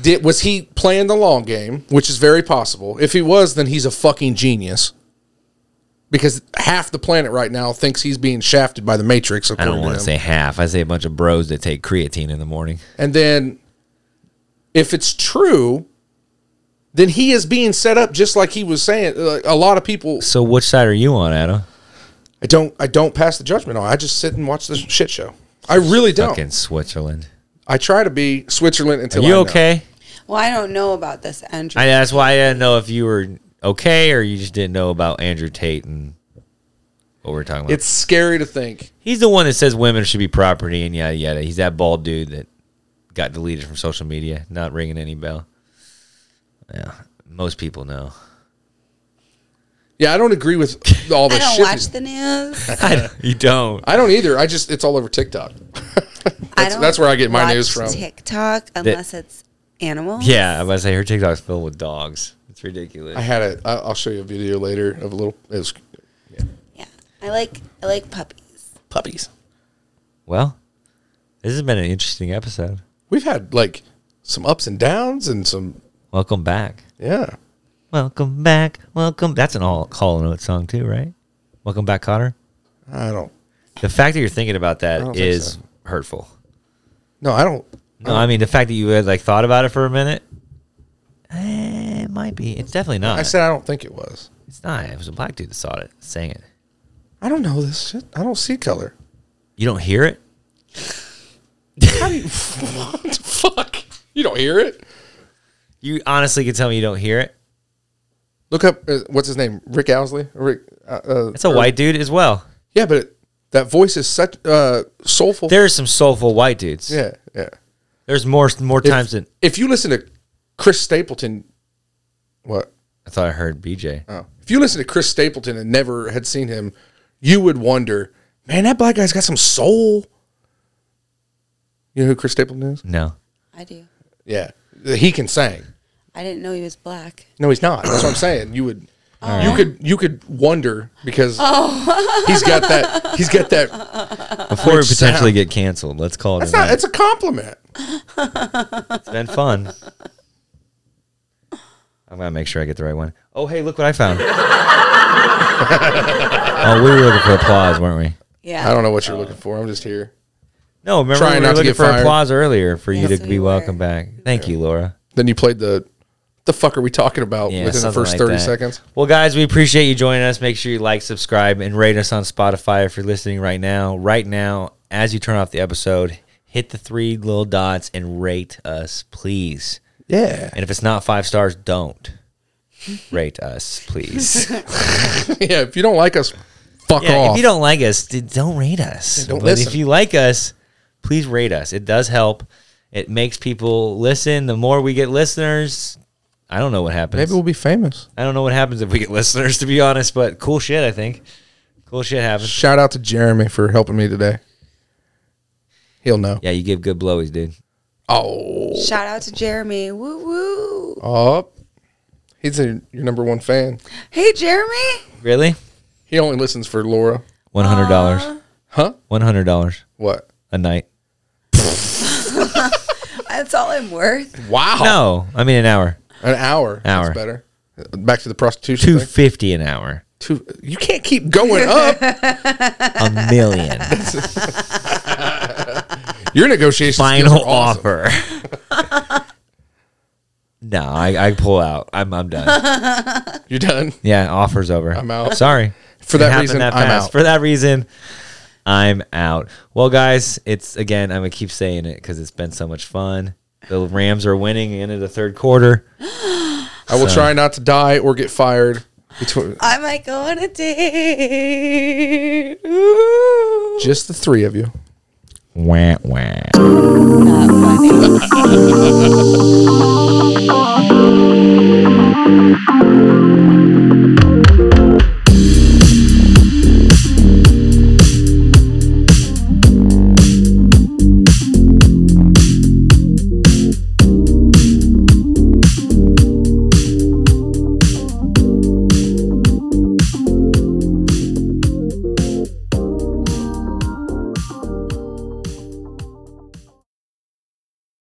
Speaker 4: Did, was he playing the long game, which is very possible. If he was, then he's a fucking genius. Because half the planet right now thinks he's being shafted by the Matrix.
Speaker 2: I don't
Speaker 4: according
Speaker 2: want
Speaker 4: him.
Speaker 2: to say half. I say a bunch of bros that take creatine in the morning.
Speaker 4: And then, if it's true, then he is being set up just like he was saying. Like a lot of people
Speaker 2: So which side are you on, Adam?
Speaker 4: I don't I don't pass the judgment on. it. I just sit and watch this shit show. I really don't.
Speaker 2: Fucking Switzerland.
Speaker 4: I try to be Switzerland
Speaker 2: Are
Speaker 4: until I
Speaker 2: you
Speaker 4: know.
Speaker 2: okay?
Speaker 3: Well, I don't know about this Andrew.
Speaker 2: I, that's why I didn't know if you were okay or you just didn't know about Andrew Tate and what we're talking about.
Speaker 4: It's scary to think.
Speaker 2: He's the one that says women should be property and yada yada. He's that bald dude that got deleted from social media. Not ringing any bell. Yeah, most people know.
Speaker 4: Yeah, I don't agree with all the
Speaker 3: I don't
Speaker 4: shit.
Speaker 3: watch the news.
Speaker 2: I, you don't.
Speaker 4: I don't either. I just it's all over TikTok.
Speaker 3: I
Speaker 4: That's-
Speaker 3: don't
Speaker 4: that's where I get my
Speaker 3: watch
Speaker 4: news from.
Speaker 3: TikTok, unless it's animals.
Speaker 2: Yeah, I was about to say her TikTok's filled with dogs. It's ridiculous.
Speaker 4: I had a. I- I'll show you a video later of a little. It was
Speaker 3: yeah. I like I like puppies.
Speaker 4: puppies.
Speaker 2: well, this has been an interesting episode.
Speaker 4: We've had like some ups and downs and some
Speaker 2: Welcome back.
Speaker 4: yeah.
Speaker 2: Welcome back. Welcome. That's an all call note song too, right? Welcome back, Cotter.
Speaker 4: I don't.
Speaker 2: The fact that you're thinking about
Speaker 4: don't
Speaker 2: that
Speaker 4: think
Speaker 2: is
Speaker 4: so.
Speaker 2: hurtful.
Speaker 4: No, I don't.
Speaker 2: No, I mean the fact that you had like thought about it for a minute. eh, It might be. It's definitely not.
Speaker 4: I said I don't think it was.
Speaker 2: it's not. It was a black dude that saw it, saying it.
Speaker 4: I don't know this shit. I don't see color.
Speaker 2: You don't hear it.
Speaker 4: How do you? what the fuck? You don't hear it?
Speaker 2: You honestly can tell me you don't hear it.
Speaker 4: Look up uh, what's his name? Rick Owsley. Rick. Uh, uh,
Speaker 2: It's a white dude as well.
Speaker 4: yeah, but it, that voice is such uh, soulful.
Speaker 2: There's some soulful white dudes.
Speaker 4: yeah, yeah.
Speaker 2: There's more more
Speaker 4: If-
Speaker 2: times than
Speaker 4: if you listen to Chris Stapleton, what?
Speaker 2: I thought I heard BJ.
Speaker 4: Oh. If you listen to Chris Stapleton and never had seen him, you would wonder, man, that black guy's got some soul. You know who Chris Stapleton is?
Speaker 2: No.
Speaker 3: I do.
Speaker 4: Yeah, he can sing.
Speaker 3: I didn't know he was black.
Speaker 4: No, he's not. That's what I'm saying. You would, you could, you could wonder because
Speaker 2: Oh.
Speaker 4: he's got that. He's got that.
Speaker 2: Before we
Speaker 4: Rich
Speaker 2: potentially
Speaker 4: sound.
Speaker 2: get canceled, let's call it.
Speaker 4: It's
Speaker 2: a
Speaker 4: not.
Speaker 2: night.
Speaker 4: It's a compliment.
Speaker 2: It's been fun. I'm gonna make sure I get the right one. Oh, hey, look what I found. oh, we were looking for applause, weren't we?
Speaker 3: Yeah.
Speaker 4: I don't know what you're looking for. I'm just here.
Speaker 2: No, remember
Speaker 4: Trying
Speaker 2: we were
Speaker 4: not to
Speaker 2: looking
Speaker 4: get
Speaker 2: for
Speaker 4: fired.
Speaker 2: applause earlier for you
Speaker 3: Yes,
Speaker 2: to
Speaker 3: we
Speaker 2: be
Speaker 3: were.
Speaker 2: welcome back. Thank you, Laura.
Speaker 4: Then you played the. The fuck are we talking about
Speaker 2: Yeah,
Speaker 4: within the
Speaker 2: something
Speaker 4: first
Speaker 2: like
Speaker 4: 30
Speaker 2: that.
Speaker 4: seconds?
Speaker 2: Well, guys, we appreciate you joining us. Make sure you like, subscribe, and rate us on Spotify if you're listening right now. Right now, as you turn off the episode, hit the three little dots and rate us, please.
Speaker 4: Yeah.
Speaker 2: And if it's not five stars, don't rate us, please.
Speaker 4: yeah. If you don't like us, fuck
Speaker 2: yeah,
Speaker 4: off.
Speaker 2: if you don't like us, d- don't rate us.
Speaker 4: don't
Speaker 2: but
Speaker 4: listen.
Speaker 2: if you like us, please rate us. It does help. It makes people listen. The more we get listeners, I don't know what happens.
Speaker 4: Maybe we'll be famous.
Speaker 2: I don't know what happens if we get listeners, to be honest, but cool shit, I think. Cool shit happens.
Speaker 4: Shout out to Jeremy for helping me today. He'll know.
Speaker 2: Yeah, you give good blowies, dude.
Speaker 4: Oh,
Speaker 3: Shout out to Jeremy. Woo woo.
Speaker 4: up. He's a, your number one fan.
Speaker 3: Hey Jeremy.
Speaker 2: Really?
Speaker 4: He only listens for Laura.
Speaker 2: One hundred dollars.
Speaker 4: Huh?
Speaker 2: One hundred dollars
Speaker 4: What?
Speaker 2: a night.
Speaker 3: That's all I'm worth.
Speaker 4: Wow.
Speaker 2: No, I mean an hour.
Speaker 4: An hour.
Speaker 2: Hour.
Speaker 4: That's better. Back to the prostitution.
Speaker 2: Two
Speaker 4: thing.
Speaker 2: fifty an hour.
Speaker 4: Two. You can't keep going up.
Speaker 2: A million.
Speaker 4: Your negotiations. skills
Speaker 2: Final
Speaker 4: are awesome.
Speaker 2: offer. no, I, I pull out. I'm I'm done.
Speaker 4: You're done.
Speaker 2: Yeah, offer's over. I'm
Speaker 4: out.
Speaker 2: Sorry.
Speaker 4: For
Speaker 2: It
Speaker 4: that
Speaker 2: happened
Speaker 4: reason, I'm
Speaker 2: fast.
Speaker 4: out.
Speaker 2: For that reason, I'm out. Well, guys, it's again. I'm gonna keep saying it because it's been so much fun. The Rams are winning into the third quarter.
Speaker 4: I will
Speaker 2: So-
Speaker 4: try not to die or get fired. Between,
Speaker 3: I might go on a date. Ooh.
Speaker 4: just the three of you.
Speaker 2: Wah, wah.
Speaker 3: Not funny.